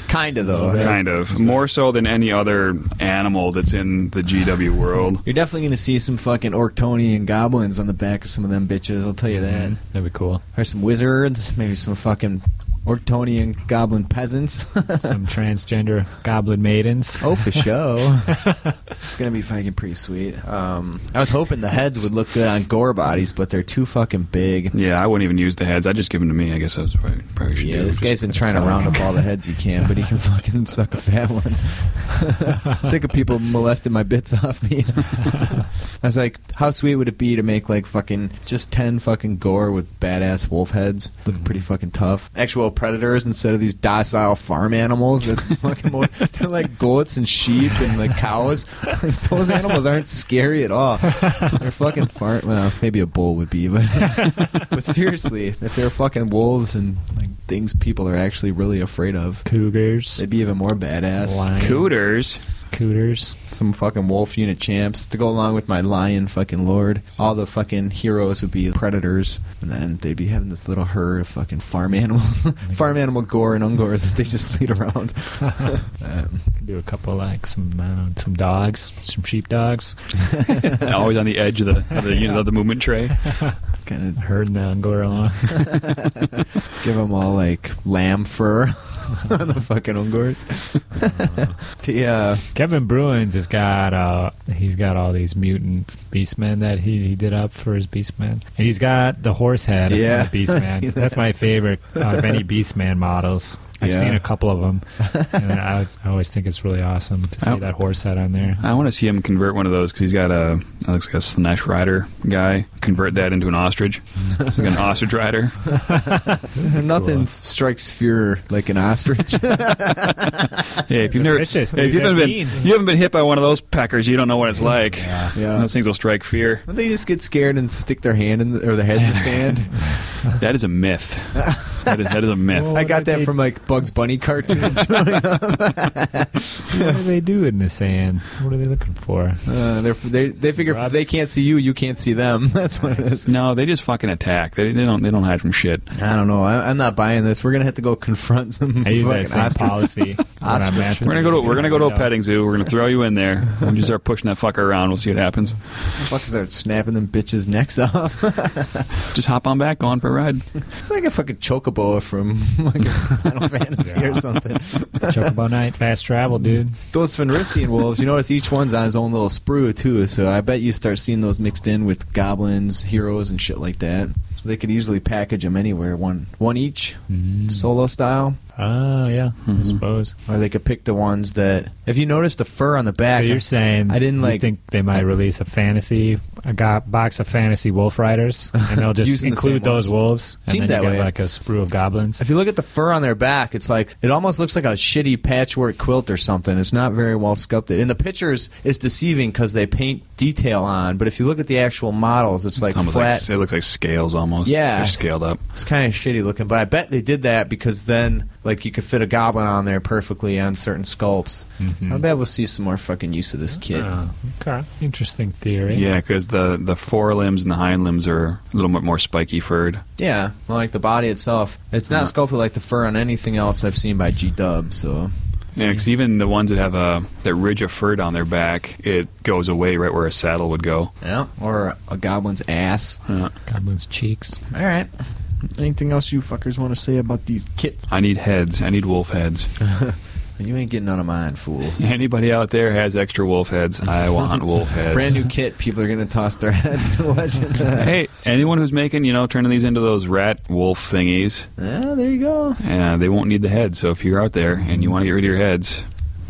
B: Kind of though.
E: kind of. More so than any other animal that's in the GW world.
B: You're definitely gonna see some fucking Orktonian goblins on the back of some of them bitches. I'll tell you that.
A: Mm-hmm. That'd be cool.
B: or some wizards, maybe some fucking Orktonian goblin peasants.
A: Some transgender goblin maidens.
B: oh, for show. it's gonna be fucking pretty sweet. Um, I was hoping the heads would look good on gore bodies, but they're too fucking big.
E: Yeah, I wouldn't even use the heads. I'd just give them to me. I guess I was probably, probably should
B: Yeah,
E: do.
B: this
E: Just-
B: guy's been
E: that's
B: trying to
E: kinda
B: round
E: like-
B: up all the heads he can, but he can fucking suck a fat one. Sick of people molesting my bits off me. I was like, how sweet would it be to make like fucking just ten fucking gore with badass wolf heads, looking pretty fucking tough. Actual predators instead of these docile farm animals that fucking mo- they're like goats and sheep and like cows. Those animals aren't scary at all. They're fucking farm. Well, maybe a bull would be, but but seriously, if they're fucking wolves and like things people are actually really afraid of,
A: Cougars.
B: they'd be even more badass.
A: lions,
E: Cooters.
A: Cooters.
B: Some fucking wolf unit champs to go along with my lion fucking lord. All the fucking heroes would be predators, and then they'd be having this little herd of fucking farm animals, farm animal gore and ungores that they just lead around. um,
A: Could do a couple like some I don't know, some dogs, some sheep dogs.
E: Always on the edge of the, of the you know the movement tray.
B: kind of
A: Herding the angora along.
B: give them all like lamb fur. on the fucking Ungors. the uh,
A: Kevin Bruins has got uh, he's got all these mutant beastmen that he, he did up for his beastmen, and he's got the horse head. of
B: Yeah,
A: the
B: I've seen
A: beastman.
B: that.
A: That's my favorite out of any beastman models. I've
B: Yeah.
A: seen a couple of them, and I, I always think it's really awesome to see
E: Oh.
A: that horse head on there.
E: I want to see him convert one of those because he's got a that looks like a Slanesh rider guy. Convert that into an ostrich, like an ostrich rider.
B: nothing
A: Cool.
B: strikes fear like an ostrich.
E: Yeah, if you've never,
A: vicious,
E: if
A: dude.
E: you haven't
A: They're
E: been,
A: mean.
E: you haven't been hit by one of those peckers, you don't know what it's like.
B: Yeah.
E: Those things will strike fear.
B: Don't they just get scared and stick their hand in the, or their head in the sand?
E: That is a myth. That is, that is a myth.
B: I got
A: Well,
B: that from like Bugs Bunny cartoons.
A: What do they do in the sand? What are they looking for?
B: Uh, they're, they they figure if
A: Rubs.
B: they can't see you, you can't see them. That's what it is.
E: No, they just fucking attack. They, they don't. They don't hide from shit.
B: I don't know. I, I'm not buying this. We're gonna have to go confront some
A: I use that
B: fucking
A: same
B: ostrich.
A: policy. when I'm
B: Ostrich.
A: masturbating.
E: We're gonna go to we're gonna go to
A: Yeah.
E: a petting zoo. We're gonna throw you in there. We're just start pushing that fucker around. We'll see what happens.
B: Fuck, start snapping them bitches' necks off.
E: Just hop on back, go on for a ride.
B: it's like a fucking chocobo from like Final Fantasy or
A: Yeah.
B: something.
A: Chocobo night, fast travel, dude.
B: Those Fenrisian wolves, you notice each one's on his own little sprue too. So I bet you start seeing those mixed in with goblins, heroes, and shit like that. So they could easily package them anywhere, one one each,
A: Mm.
B: solo style.
A: Oh yeah,
B: Mm-hmm.
A: I
E: Mhm.
A: suppose.
B: Or they could pick the ones that. If you notice the fur on the back,
A: So you're saying
B: I didn't,
A: you
B: like-
A: think they might release a fantasy a go- box of fantasy wolf riders and they'll just
B: Using the same
A: include those wolves and
B: Seems
A: then you
B: that
A: get
B: way.
A: like a sprue of goblins.
B: If you look at the fur on their back, it's like it almost looks like a shitty patchwork quilt or something. It's not very well sculpted. In the pictures, it's deceiving because they paint detail on, but if you look at the actual models, it's like
E: It's almost
B: flat.
E: like, it looks like scales almost.
B: Yeah.
E: They're scaled up.
B: it's kind of shitty looking. But I bet they did that because then, like, you could fit a goblin on there perfectly on certain sculpts. I bet we'll see some more fucking use of this kit.
A: Oh, okay, interesting theory.
E: Yeah, because the the forelimbs and the hind limbs are a little bit more spiky furred.
B: yeah, well, like the body itself, it's not
E: Yeah.
B: sculpted like the fur on anything else I've seen by G Dub. So
E: Yeah, because even the ones that have a that ridge of fur down their back, it goes away right where a saddle would go.
B: yeah, or a goblin's ass.
A: goblins' cheeks.
B: All right. Anything else you fuckers want to say about these kits?
E: I need heads. I need wolf heads.
B: You ain't getting none of mine, fool.
E: Anybody out there has extra wolf heads? I want wolf heads.
B: Brand new kit. People are gonna toss their heads to legend.
E: Hey, anyone who's making you know turning these into those rat wolf thingies,
B: yeah, there you go.
E: uh, they won't need the head. So if you're out there and you want to get rid of your heads,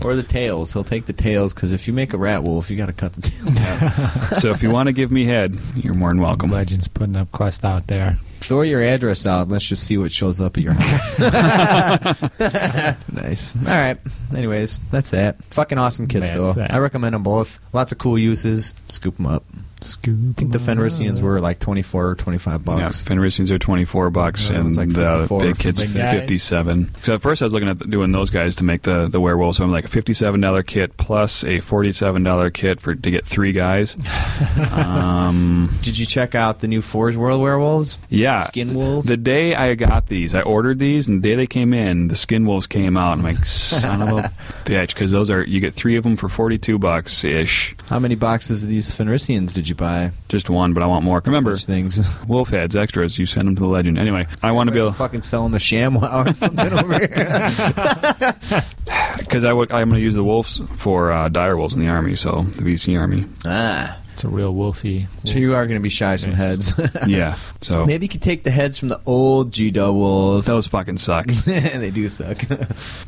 B: Or the tails. He'll take the tails because if you make a rat wolf, you gotta cut the tail. down.
E: so if you want to give me head, you're more than welcome.
A: Legends putting up quest out there.
B: Throw your address out. and Let's just see what shows up at your house. nice. All right. Anyways, that's that. Fucking awesome kits,
A: That's
B: though.
A: that.
B: I recommend them both. Lots of cool uses. Scoop them up.
A: Scoop.
B: I think the Fenrisians were like twenty-four or twenty-five
E: Yeah,
B: bucks.
E: Fenrisians are 24 bucks,
B: Yeah,
E: and
B: it's like
E: the
B: 54,
E: big kids
A: big guys.
E: 57. So at first I was looking at doing those guys to make the, the werewolf, so I'm like a $57 kit plus a $47 kit for to get three guys. um,
B: Did you check out the new Forge World werewolves?
E: yeah.
B: Skin wolves.
E: The day I got these, I ordered these, and the day they came in, the skin wolves came out. and I'm like, son of a bitch, because those are you get three of them for 42 bucks ish,
B: How many boxes of these Fenrisians did you buy?
E: just one, but I want more. Remember,
B: Such things.
E: wolf heads extras. You send them to the legend. Anyway, I want to be able.
B: fucking selling the ShamWow or something over here.
E: Because I w- I'm going to use the wolves for uh, dire wolves in the army, so the VC army.
B: ah,
A: It's a real wolfy.
B: so you are going to be shy some heads.
E: Yeah, so
B: Maybe you could take the heads from the old G Wolves.
E: those fucking suck.
B: they do suck.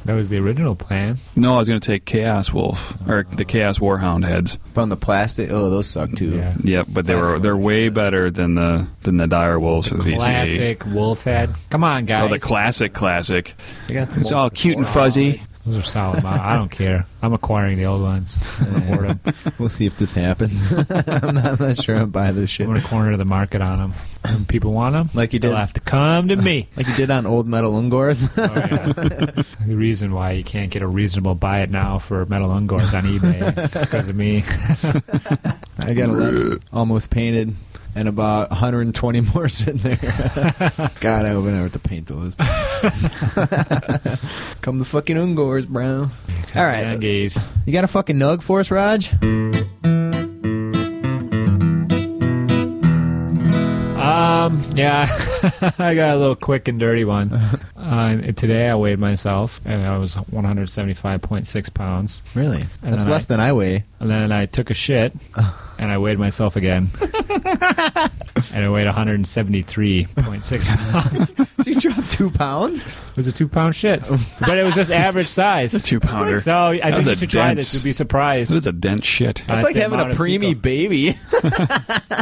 A: That was the original plan.
E: No, I was going to take chaos wolf or the chaos warhound heads.
B: from the plastic, oh, those suck too.
A: Yeah.
E: Yep, but they
B: That's
E: were they're way better than the than the dire wolves for the VC.
A: Classic wolf head. Come on, guys.
E: Oh, the classic, classic.
B: They got some
E: It's all cute and fuzzy.
A: Those are solid. mod- I don't care. I'm acquiring the old ones. I'm gonna hoard 'em.
B: We'll see if this happens. I'm, not, I'm not sure I'm buying this shit.
A: I'm going to corner the market on them. When people want them,
B: Like you did.
A: they'll have to come to me.
B: Like you did on Old Metal Ungors.
A: Oh, yeah. the reason why you can't get a reasonable buy it now for metal ungors on eBay is because of me.
B: I got 11 almost painted and about 120 more sitting there. God, I hope I never have to paint those. Come the fucking Ungors, bro. All right.
A: Yankees.
B: You got a fucking nug for us, Raj?
A: Um, yeah, I got a little quick and dirty one. Uh, Uh, and today I weighed myself, and I was 175.6 pounds.
B: Really?
A: And
B: That's
A: then
B: less
A: I-
B: than I weigh.
A: And then I took a shit, and I weighed myself again, and I weighed 173.6 pounds.
B: So you dropped two pounds?
A: It was a two-pound shit, but it was just average
E: It's a
A: size.
E: two pounder.
A: So I
E: That's
A: think you
E: a
A: should try
E: dense-
A: this. You'd be surprised.
E: That's a dense shit.
A: Uh,
B: That's like
A: the
B: having a
A: amount of
B: preemie
A: fecal-
B: baby.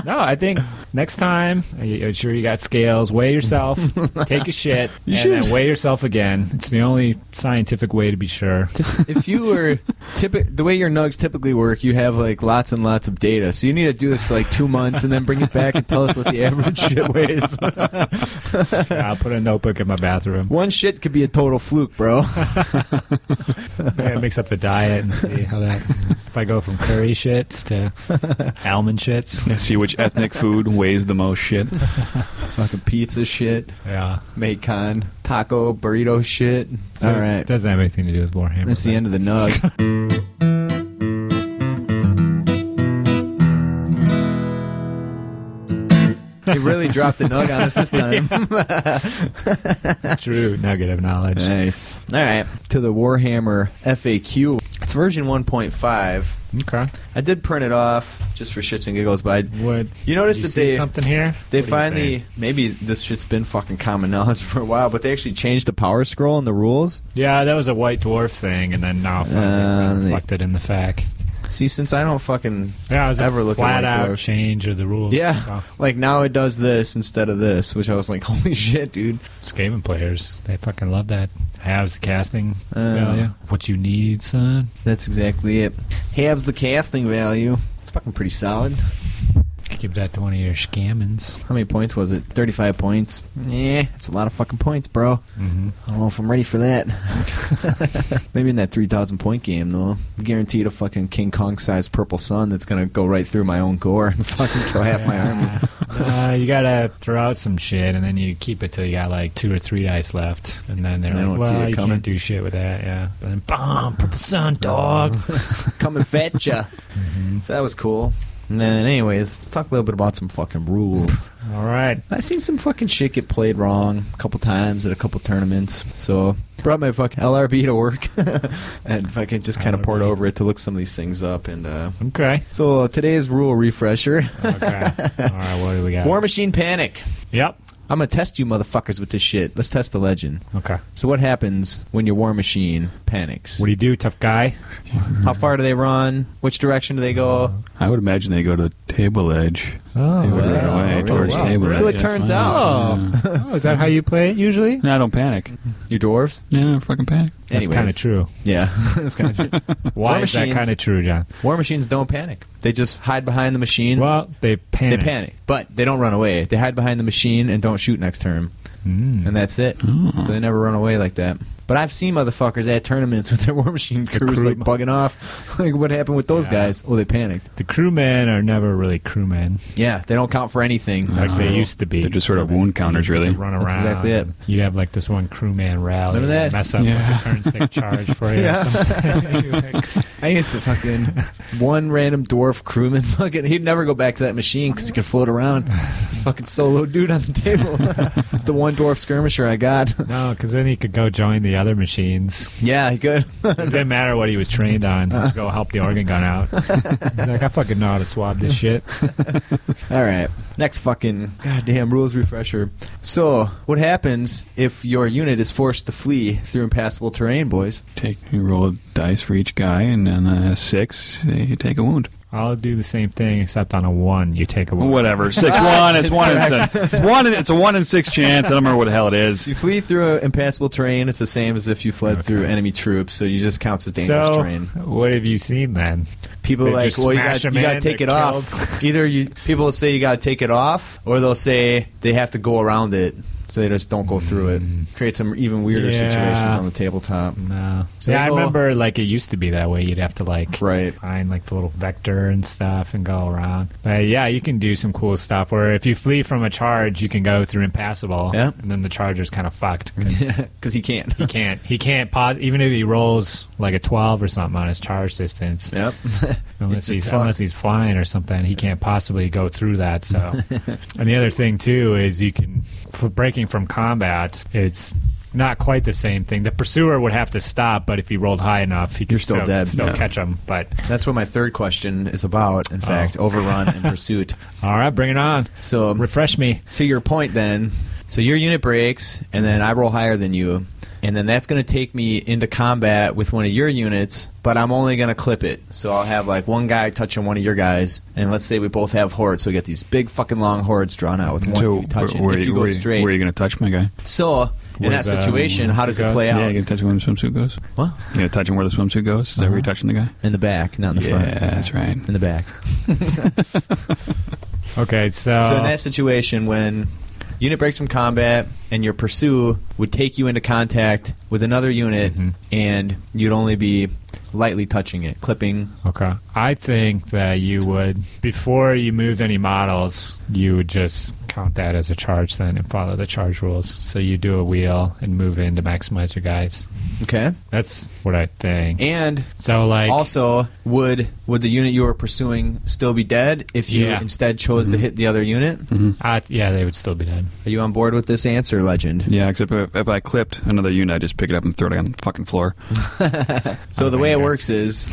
A: No, I think next time, uh, you- you're sure you got scales, weigh yourself, take a shit, and
B: should.
A: then weigh yourself again. It's the only scientific way to be sure.
B: Just- if you were typi- the way your nugs typically work, you have like lots and lots of data. So you need to do this for like two months and then bring it back and tell us what the average shit weighs.
A: Yeah, I'll put a notebook in my bathroom.
B: One shit could be a total fluke, bro.
A: Yeah, mix up the diet and see how that. If I go from curry shits to almond shits.
E: See which ethnic food weighs the most shit.
B: Fucking pizza shit,
A: Yeah.
B: Macon, taco, burrito shit.
A: So
B: All
A: It
B: right.
A: doesn't have anything to do with Warhammer.
B: That's the
A: but-
B: end of the nug. They really dropped the nug on us this time.
A: True nugget of knowledge.
B: Nice. All right. To the Warhammer FAQ. It's version 1.5.
A: Okay.
B: I did print it off just for shits and giggles, but I,
A: What?
B: you notice
A: you
B: that
A: see
B: they
A: something here?
B: they
A: What are you saying?
B: finally maybe this shit's been fucking common knowledge for a while, but they actually changed the power scroll and the rules.
A: Yeah, that was a white dwarf thing, and then now finally it's
B: Uh,
A: been
B: they-
A: reflected in the fact.
B: See, since I don't fucking
A: Yeah, it was
B: Ever
A: a
B: look at
A: flat
B: White
A: out
B: Dwarf.
A: change of the rules.
B: yeah,
A: So,
B: like now it does this instead of this, which I was like, holy shit, dude.
A: it's gaming players. They fucking love that. Halves the casting
B: Uh.
A: value. What you need, son.
B: That's exactly it. Halves the casting value. It's fucking pretty solid.
A: Give that to one of your scammons.
B: How many points was it? 35 points. Yeah, it's a lot of fucking points, bro.
A: Mm-hmm.
B: I don't know if I'm ready for that. Maybe in that 3,000 point game, though. Guaranteed a fucking King Kong sized purple sun that's going to go right through my own gore and fucking kill half my army.
A: uh, you gotta throw out some shit, and then you keep it till you got like two or three dice left, and then they're
B: They
A: like,
B: don't see
A: "Well,
B: it
A: you
B: coming.
A: can't do shit with that." Yeah, but then bomb, purple sun, dog. Mm-hmm.
B: Come and fetch ya. So that was cool. And then, anyways, let's talk a little bit about some fucking rules.
A: All right,
B: I've seen some fucking shit get played wrong a couple times at a couple tournaments. So brought my fucking LRB to work and fucking just kind of poured
A: LRB.
B: over it to look some of these things up. And uh,
A: okay,
B: so today's rule refresher:
A: okay. All right, what do we got?
B: War Machine Panic.
A: Yep.
B: I'm gonna test you motherfuckers with this shit. Let's test the legend.
A: Okay.
B: So what happens when your war machine panics?
A: What do you do, tough guy?
B: How far do they run? Which direction do they go?
E: I would imagine they go to table edge. They would
A: Oh,
B: wow.
E: run away
B: Really?
E: towards
B: Wow.
E: table edge.
B: So it
E: That's
B: turns
E: why.
B: out-
E: Yeah.
A: oh, is that how you play it usually?
E: No, I don't panic.
B: Your dwarves?
E: Yeah, I don't fucking panic.
A: That's kind of true.
B: Yeah. That's kind of true.
A: Why
B: War
A: is that
B: machines-
A: kind of true, John?
B: War machines don't panic. They just hide behind the machine.
A: Well, they panic.
B: They panic, but they don't run away. They hide behind the machine and don't shoot next turn,
A: Mm.
B: and that's it.
A: Oh.
B: So they never run away like that. But I've seen motherfuckers at tournaments with their war machine
A: The
B: crews
A: crew-
B: like bugging off. like, what happened with those
A: Yeah.
B: guys? Oh, they panicked.
A: The crewmen are never really crewmen,
B: Yeah, they don't count for anything.
A: like
E: That's
A: they
E: true.
A: used to be.
E: They're just sort of wound counters, really.
A: They run around.
B: That's exactly it.
A: You have like this one crewman rally.
B: Remember that?
A: and Mess up
E: Yeah.
A: like a turn stick charge for you.
B: Yeah.
A: Or something. Like,
B: I used to fucking one random dwarf crewman fucking. He'd never go back to that machine because he could float around. fucking solo dude on the table. it's the one dwarf skirmisher I got.
A: no, because then he could go join the other machines.
B: yeah, he could.
A: It didn't matter what he was trained on.
B: Uh.
A: He'd Go help the organ gun out. He's like, I fucking know how to swab this shit.
B: All right. Next fucking goddamn rules refresher. So, what happens if your unit is forced to flee through impassable terrain, boys?
E: Take you roll a dice for each guy, and then uh, six, they take a wound.
A: I'll do the same thing except on a one. You take a one.
E: Whatever, six one. It's one in six. It's one. In, it's a one in six chance. I don't remember what the hell it is.
B: You flee through impassable terrain, it's the same as if you fled through enemy troops, so you just counts as dangerous
A: So,
B: terrain.
A: what have you seen then?
B: People
A: They
B: are like,
A: just
B: well, you
A: smash
B: got,
A: 'em
B: you got to
A: in,
B: take it
A: they're
B: off. Either you, people will say you got to take it off, or they'll say they have to go around it, so they just don't go through it. Create some even weirder
A: Mm. Yeah.
B: situations on the tabletop.
A: No.
B: So
A: yeah,
B: they
A: I
B: go-
A: remember like it used to be that way. You'd have to like
B: Right.
A: find like the little vector and stuff and go around. But yeah, you can do some cool stuff where if you flee from a charge, you can go through impassable.
B: Yeah.
A: And then the charger's kind of fucked. 'cause
B: Because he can't.
A: He can't. He can't pause. Even if he rolls like a twelve or something on his charge distance,
B: Yep.
A: unless
B: just
A: he's
B: fucked.
A: unless he's flying or something, he can't possibly go through that. So, and the other thing too is you can for breaking from combat. It's not quite the same thing. The pursuer would have to stop, but if he rolled high enough, he could
B: You're still dead.
A: Still
E: Yeah.
A: catch him. But
B: That's what my third question is about. In fact,
E: Oh.
B: overrun and pursuit.
A: all right, bring it on.
B: So um,
A: Refresh me.
B: to your point, then, so your unit breaks, and then I roll higher than you, and then that's going to take me into combat with one of your units. But I'm only going to clip it, so I'll have like one guy touching one of your guys, and let's say we both have hordes, so we got these big fucking long hordes drawn out with one
E: So
B: dude touching.
E: where, where,
B: if you go
E: where-
B: straight,
E: where are you going to touch my guy? uh,
B: so in
A: Where
B: that
A: the
B: situation, how does it
A: goes?
B: play
E: Yeah,
B: out?
E: you going to touch him where the swimsuit goes?
B: What?
E: You going to touch him where the swimsuit goes? Is that where you're touching the guy?
B: In the back, not in Uh-huh. the
E: yeah,
B: front.
E: that's right.
B: In the back.
A: Okay, so,
B: So in that situation, when unit breaks from combat and your pursue would take you into contact with another unit,
A: Mhm.
B: and you'd only be lightly touching it, clipping.
A: okay, I think that you would before you moved any models, you would just count that as a charge then and follow the charge rules. So you do a wheel and move in to maximize your guys.
B: Okay.
A: That's what I think.
B: And
A: So like
B: also, would would the unit you were pursuing still be dead if you
A: Yeah. Mm-hmm.
B: instead chose to hit the other unit?
A: I, yeah, they would still be dead.
B: Are you on board with this answer, Legend?
E: Yeah, except if, if I clipped another unit, I'd just pick it up and throw it on the fucking floor.
B: So the way it
A: Okay.
B: works is,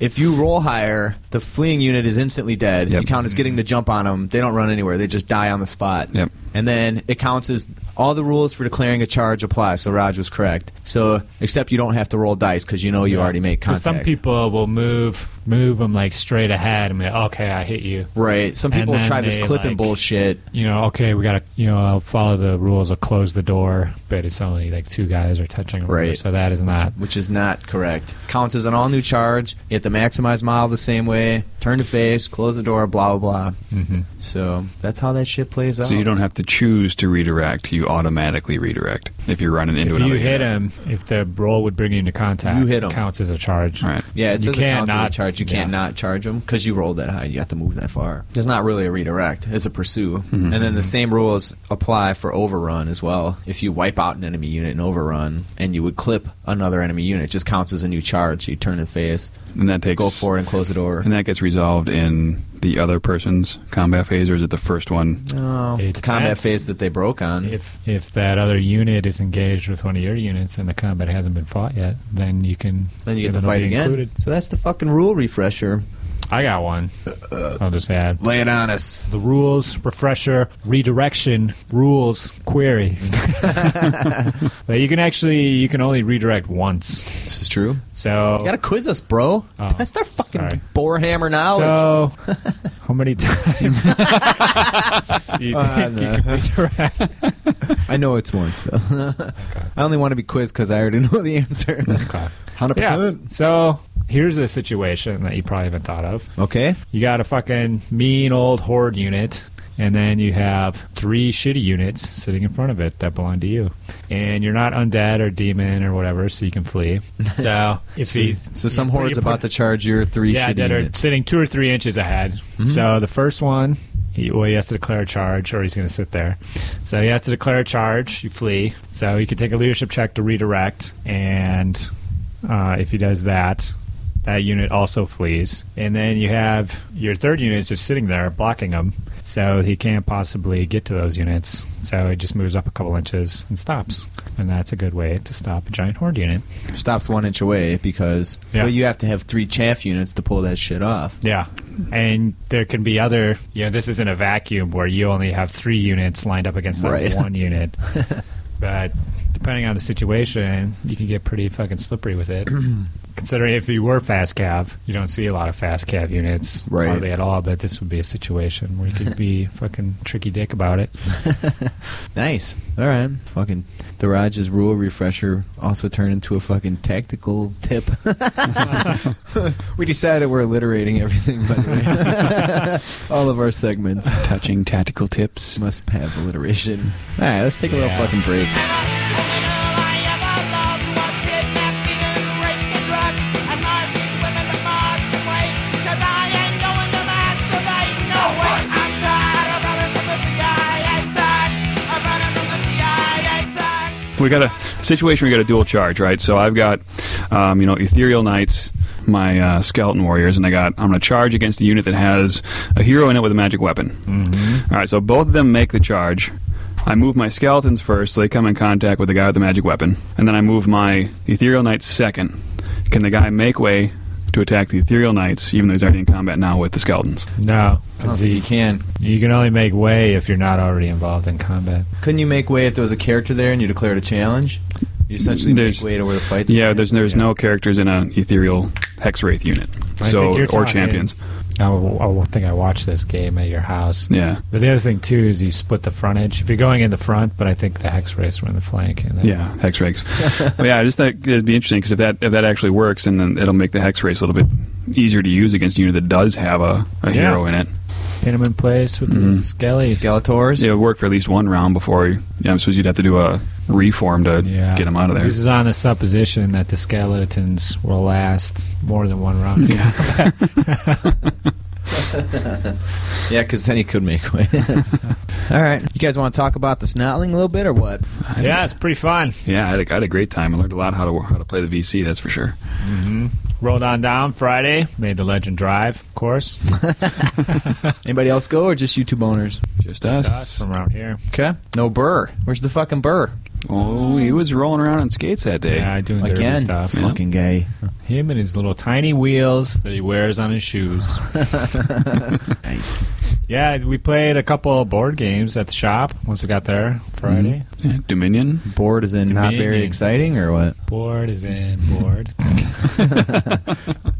B: if you roll higher, the fleeing unit is instantly dead.
E: Yep.
B: You count as getting the jump on them. They don't run anywhere. They just die on the spot.
E: Yep.
B: And then it counts as all the rules for declaring a charge apply. So Raj was correct. So except you don't have to roll dice because you know you
A: Yeah.
B: already made
A: 'Cause Some
B: contact.
A: people will move move them like straight ahead and be like, okay, I hit you.
B: Right. Some
A: And
B: people
A: then
B: try this
A: they,
B: clipping
A: like-
B: bullshit.
A: You know, okay, we gotta you know I'll follow the rules. I'll close the door, but it's only like two guys are touching. or whatever,
B: Right.
A: So that is not.
B: Which is not correct. Counts as an all new charge. You have to maximize mile the same way. Turn to face. Close the door. Blah blah blah.
A: hmm
B: So that's how that shit plays out.
E: So you don't have to choose to redirect; you automatically redirect if you're running into
A: If
E: another.
A: you hit
E: unit.
A: him, if the roll would bring you into contact,
B: You hit 'em.
A: counts as a charge.
E: All right.
B: Yeah, it
A: You
B: says it
A: can't
B: counts as a
A: not-
B: charge. You can't
A: yeah.
B: not charge them because you rolled that high. You have to move that far. It's not really a redirect. It's a pursue.
A: Mm-hmm.
B: And then the same rules apply for overrun as well. If you wipe out an enemy unit and overrun, and you would clip another enemy unit, it just counts as a new charge. You turn the face,
E: and that takes
B: go forward, and close the door.
E: and that gets resolved in the other person's combat phase, or is it the first one?
B: No,
A: It
B: the combat
A: depends.
B: phase that they broke on.
A: If if that other unit is engaged with one of your units and the combat hasn't been fought yet, then you can
B: then you get to
A: it'll
B: fight
A: be
B: again.
A: Included.
B: So that's the fucking rule refresher.
A: I got one. I'll just add.
B: Lay it on us.
A: The rules, refresher, redirection, rules, query. but you can actually you can only redirect once.
B: This is true.
A: So
B: You gotta quiz us, bro.
A: Oh,
B: that's our fucking
A: sorry.
B: borehammer knowledge.
A: so how many times do you think
B: Uh, no.
A: you can redirect?
B: I know it's once though. I only want to be quizzed because I already know the answer. Hundred
A: Yeah.
B: percent.
A: So here's a situation that you probably haven't thought of.
B: Okay.
A: You got a fucking mean old horde unit, and then you have three shitty units sitting in front of it that belong to you. And you're not undead or demon or whatever, so you can flee. So if
B: So,
A: he's
B: so some
A: you put-
B: horde's
A: you put-
B: about to charge your three
A: yeah
B: shitty
A: that are
B: units. Mm-hmm.
A: sitting two or three inches ahead. So the first one, he, well, he has to declare a charge, or he's going to sit there. So he has to declare a charge. You flee. So you can take a leadership check to redirect, and uh, if he does that. That unit also flees, and then you have your third unit just sitting there blocking him, so he can't possibly get to those units. So he just moves up a couple inches and stops, and that's a good way to stop a giant horde unit.
B: Stops one inch away because
A: Yeah.
B: well, you have to have three chaff units to pull that shit off.
A: Yeah. And there can be other, you know, this isn't a vacuum where you only have three units lined up against that
B: Right.
A: one unit. but depending on the situation, you can get pretty fucking slippery with it. Considering if you were fast cav, you don't see a lot of fast cav units
B: Right.
A: hardly at all, but this would be a situation where you could be fucking tricky dick about it.
B: Nice. All right. Fucking the Raj's rule refresher also turned into a fucking tactical tip. we decided we're alliterating everything. By the way, all of our segments
E: Touching tactical tips.
B: must have alliteration. All right. Let's take a
A: Yeah.
B: little fucking break.
E: We got a situation. We got a dual charge, right? So I've got, um, you know, ethereal knights, my uh, skeleton warriors, and I got. I'm going to charge against the unit that has a hero in it with a magic weapon. All right, so both of them make the charge. I move my skeletons first, so they come in contact with the guy with the magic weapon, and then I move my ethereal knights second. Can the guy make way to attack the ethereal knights, even though he's already in combat now with the skeletons?
A: No,
B: I don't
A: because
B: think you
A: you,
B: can.
A: you can only make way if you're not already involved in combat.
B: Couldn't you make way if there was a character there and you declared a challenge? You essentially
E: There's-
B: make way to where the fight's
E: Yeah,
B: going.
E: there's there's no characters in an ethereal hexwraith unit,
A: I
E: so
A: think you're
E: or
A: talking-
E: champions.
A: I, w- I think I watched this game at your house.
E: Yeah,
A: But the other thing too is you split the frontage. If you're going in the front, but I think the hex race were in the flank. And then
E: yeah, hex rakes. but yeah, I just think it'd be interesting because if that if that actually works, and then it'll make the hex race a little bit easier to use against a unit that does have a, a
A: Yeah.
E: hero in it.
A: pin them in place with
E: Mhm.
A: the skellies.
B: Skeletors.
E: It would work for at least one round before you. Yeah, I suppose you'd have to do a reform to
A: yeah,
E: get him out of there.
A: This is on the supposition that the skeletons will last more than one round.
E: yeah.
B: Yeah, because then he could make way. All right. You guys want to talk about the snotling a little bit or what?
A: yeah, it's pretty fun.
E: yeah, I had, a, I had a great time. I learned a lot how to how to play the VC. That's for sure.
A: Rolled on down Friday. Made the legend drive, of course.
B: Anybody else go or just you two boners?
E: Just us.
A: Us from around here.
B: Okay. No burr. Where's the fucking burr?
E: Oh, he was rolling around on skates that day.
A: Yeah, doing dirty
B: Again.
A: stuff.
B: Fucking gay.
A: Him and his little tiny wheels that he wears on his shoes.
B: Nice.
A: yeah, we played a couple of board games at the shop once we got there Friday.
E: Yeah, Dominion.
B: Bored is in not very
A: Dominion.
B: exciting or what?
A: Board is in board.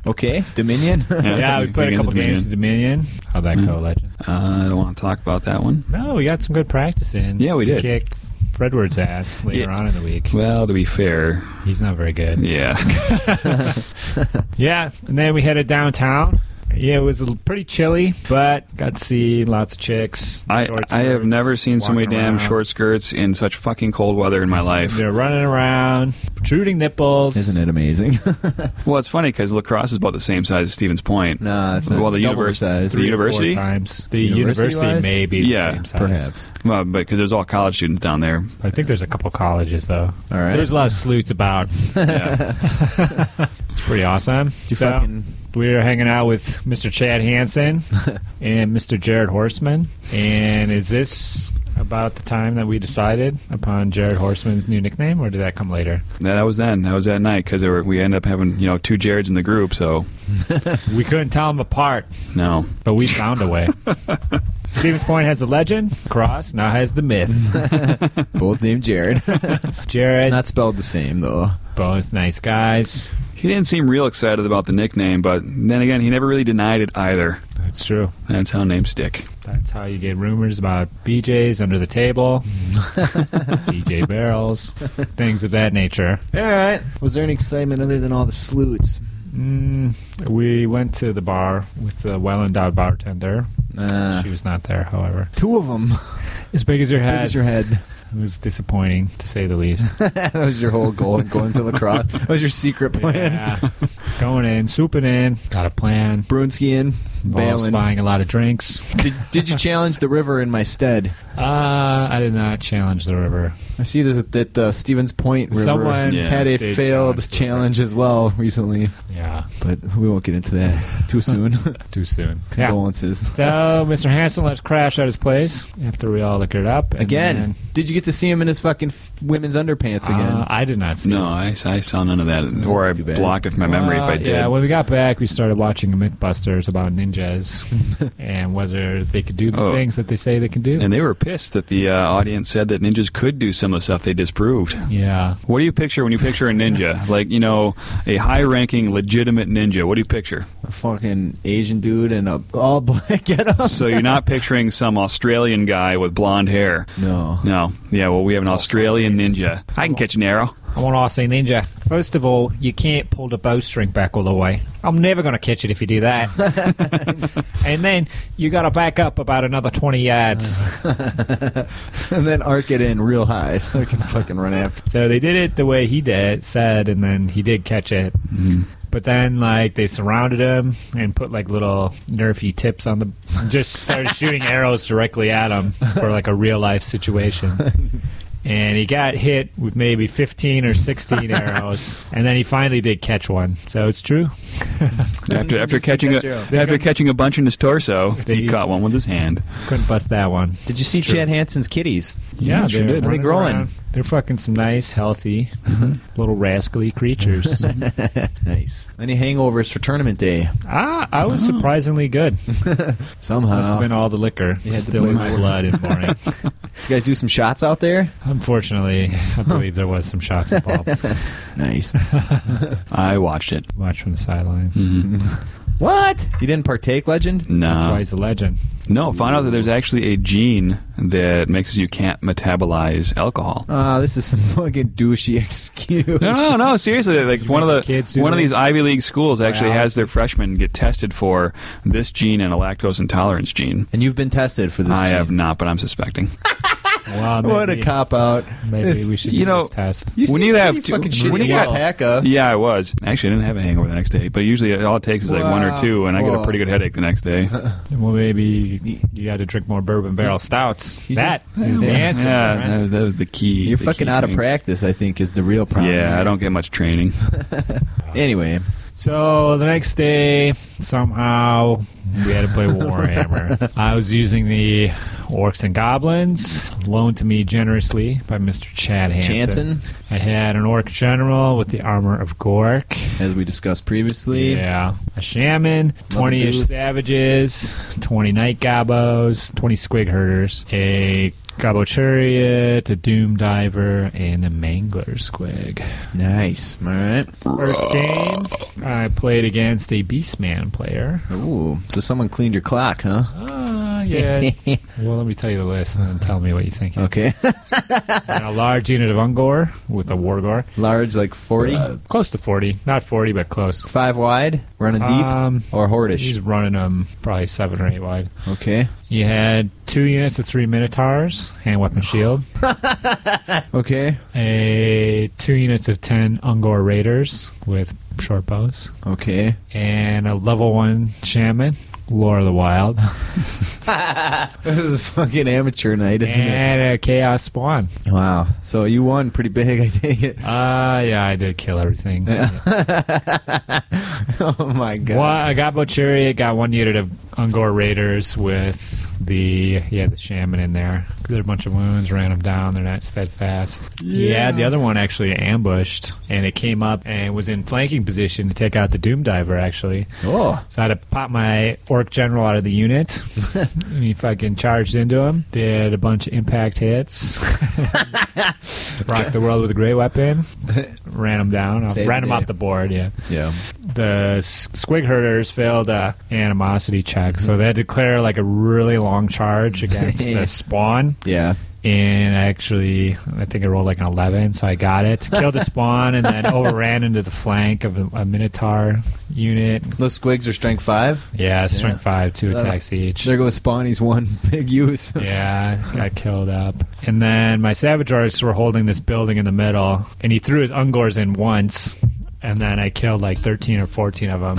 B: Okay. Dominion?
A: yeah, we played a
E: again,
A: couple
E: Dominion.
A: games of Dominion. How'd that go, Legend?
E: Uh, I don't want to talk about that one.
A: No, we got some good practice in.
E: Yeah, we
A: to
E: did.
A: Kick Fredward's ass later
E: Yeah.
A: on in the week.
E: Well, to be fair,
A: He's not very good.
E: yeah,
A: Yeah, and then we headed downtown. Yeah, it was a l- pretty chilly, but got to see lots of chicks.
E: I
A: short
E: I have
A: skirts,
E: never seen so many
A: walking
E: damn
A: around.
E: short skirts in such fucking cold weather in my life.
A: They're running around, protruding nipples.
B: Isn't it amazing?
E: Well, it's funny because lacrosse is about the same size as Stevens Point.
B: no, it's not.
E: well,
B: it's
E: the
B: double
E: univers-
B: size.
E: the university,
A: Four times. The
B: University
A: university,
B: wise?
A: may be
E: Yeah,
A: the same size.
B: Perhaps.
E: well, but because there's all college students down there.
A: I think there's a couple colleges, though.
B: All right.
A: There's a lot of sleuths about.
E: Yeah.
A: It's pretty awesome.
B: You
A: So,
B: fucking-
A: we were hanging out with Mr. Chad Hansen and Mr. Jared Horseman. And is this about the time that we decided upon Jared Horseman's new nickname, or did that come later?
E: Yeah, that was then. That was that night because we ended up having you know two Jareds in the group. So
A: We couldn't tell them apart,
E: no,
A: but we found a way. Stevens Point has the legend. Cross now has the myth.
B: Both named Jared.
A: Jared,
B: not spelled the same, though.
A: both nice guys.
E: he didn't seem real excited about the nickname, but then again, he never really denied it either.
A: That's true.
E: That's how names stick.
A: That's how you get rumors about BJ's under the table, BJ barrels, things of that nature.
B: All right. Was there any excitement other than all the sleuts?
A: Mm, we went to the bar with the well endowed bartender.
B: Uh,
A: she was not there, however.
B: two of them.
A: As big as your
B: Big
A: head.
B: as your head.
A: it was disappointing, to say the least.
B: that was your whole goal of going to lacrosse. That was your secret plan.
A: yeah. Going in, swooping in, got a plan.
B: Brunski in,
A: Involves
B: bailing.
A: buying a lot of drinks.
B: Did, did you challenge the river in my stead?
A: Uh, I did not challenge the river.
B: I see this, that the Stevens Point River
A: Someone
B: had a
A: did
B: failed
A: challenge the
B: challenge as well recently,
A: Yeah,
B: but we won't get into that too soon.
A: too soon. Yeah.
B: Condolences.
A: So Mr. Hanson let us crash at his place after we all liquored up. and
B: Again,
A: then-
B: did you get to see him in his fucking f- women's underpants again?
A: Uh, I did not see
E: No, I, I saw none of that, or I
B: too bad.
E: blocked it from my memory if I
A: Well,
E: did.
A: Uh, Yeah, when we got back, we started watching MythBusters about ninjas and whether they could do the
E: Oh.
A: things that they say they can do.
E: and they were pissed that the uh, audience said that ninjas could do some of the stuff they disproved.
A: yeah,
E: What do you picture when you picture a ninja? like, you know, a high ranking, legitimate ninja. What do you picture?
B: a fucking Asian dude in a all black getup.
E: So you're not picturing some Australian guy with blonde hair.
B: No.
E: No. Yeah, well, we have an Australian ninja. I can catch an arrow.
A: I want to say ninja. First of all, you can't pull the bowstring back all the way. I'm never going to catch it if you do that. and then you got to back up about another 20 yards.
B: and then arc it in real high so I can fucking run after.
A: So they did it the way he did said, and then he did catch it. But then, like, they surrounded him and put like little nerfy tips on the, just started shooting arrows directly at him for like a real life situation. and he got hit with maybe 15 or 16 arrows, and then he finally did catch one. So it's true.
E: After after
B: Just catch
E: catching a,
B: arrows.
E: after catching a bunch in his torso, he
A: They-
E: caught one with his hand.
A: Couldn't bust that one.
B: Did you see
A: It's true.
B: Chad Hansen's kitties?
E: Yeah, sure
A: they're
E: did.
B: Are they
A: running
B: growing?
A: around. They're fucking some nice, healthy, little rascally creatures.
B: Nice. Any hangovers for tournament day?
A: ah, I was surprisingly good.
B: Somehow.
A: Must have been all the liquor
B: Uh, You had the
A: still in my
B: blue-
A: blood in the morning.
B: You guys do some shots out there?
A: Unfortunately, I believe there was some shots involved.
B: Nice.
E: I watched it. Mm-hmm.
A: Watch from the sidelines.
B: Mm-hmm. what? You didn't partake, Legend?
A: That's why
E: No,
A: he's a legend.
E: no. Found out that there's actually a gene that makes you can't metabolize alcohol.
B: Ah, this is some fucking douchey excuse.
E: No, no, no. Seriously, like one of the
A: kids do
E: one of
A: this?
E: these Ivy League schools actually
A: Biology.
E: has their freshmen get tested for this gene and a lactose intolerance gene.
B: And you've been tested for this.
E: I
B: gene.
E: have not, but I'm suspecting.
A: Well, maybe,
B: What a cop out.
A: Maybe
B: It's-
A: we should
E: you
A: do
E: know,
A: this test.
B: You seem
E: When you have
B: pretty
E: two-
B: fucking shitty
E: when you
B: little
E: got-
B: pack of-
E: Yeah, I was. Actually, I didn't have a hangover the next day, but usually all it takes is like one or
B: Wow.
E: two, and I get
B: Whoa.
E: a pretty good headache the next day.
A: Well, maybe you had to drink more bourbon barrel stouts.
B: You
A: That
B: just-
A: is the
B: Yeah.
A: answer.
E: yeah,
A: Brent.
E: that, was, that was the key.
B: You're
E: the
B: fucking
E: key
B: out of
E: thing.
B: practice, I think, is the real problem.
E: Yeah, I don't get much training.
B: Anyway,
A: So the next day, somehow we had to play Warhammer. I was using the Orcs and Goblins, loaned to me generously by Mr. Chad Hansen.
B: Jansen,
A: I had an Orc General with the armor of Gork.
B: as we discussed previously.
A: Yeah. A shaman, 20 ish
B: dudes.
A: savages, 20 night gobos, 20 squig herders, a gobbo chariot, a doom diver, and a mangler squig.
B: Nice. All right.
A: First game, I played against a Beastman player.
B: Ooh, so someone cleaned your clock, huh?
A: Ah, yeah. well, let me tell you the list and then tell me what you think.
B: Okay.
A: And a large unit of Ungor with a Wargor.
B: Large, like 40.
A: Close to 40. Not 40, but close.
B: Five wide, running deep,
A: Um,
B: or
A: He's
B: Hordish.
A: running them probably seven or eight wide.
B: Okay.
A: You had two units of three Minotaurs, hand weapon shield,
B: Okay.
A: a two units of ten Ungor Raiders with short bows,
B: Okay.
A: and a level one Shaman, Lore of the Wild,
B: This is fucking amateur night, isn't
A: and a Chaos Spawn.
B: it? Wow. So you won pretty big, I take it.
A: Uh, yeah, I did kill everything.
B: oh my god.
A: Well, I got Bochariot, got one unit of Ungor Raiders with the yeah the Shaman in there. There are a bunch of wounds, ran them down. They're not steadfast. Yeah. the other one actually ambushed, and it came up and was in flanking position to take out the Doom Diver actually.
B: Oh.
A: So I had to pop my Orc General out of the unit. and he fucking charged into him. Did a bunch of impact hits. Rocked the world with a great weapon. Ran him down.
B: Saved
A: ran
B: the
A: him
B: day.
A: off the board, yeah
B: Yeah.
A: the s- squig herders failed a animosity check,
B: Mm-hmm.
A: so they had to declare like a really long charge against the spawn.
B: Yeah.
A: And actually, I think I rolled like an eleven, so I got it. Killed the spawn, and then overran into the flank of a, a minotaur unit.
B: Those squigs are strength five.
A: Yeah, strength five, two
B: Uh,
A: attacks each.
B: There goes Spawny's one big use.
A: Yeah, got killed up. And then my Savage Arts were holding this building in the middle, and he threw his Ungors in once, and then I killed like 13 or 14 of them.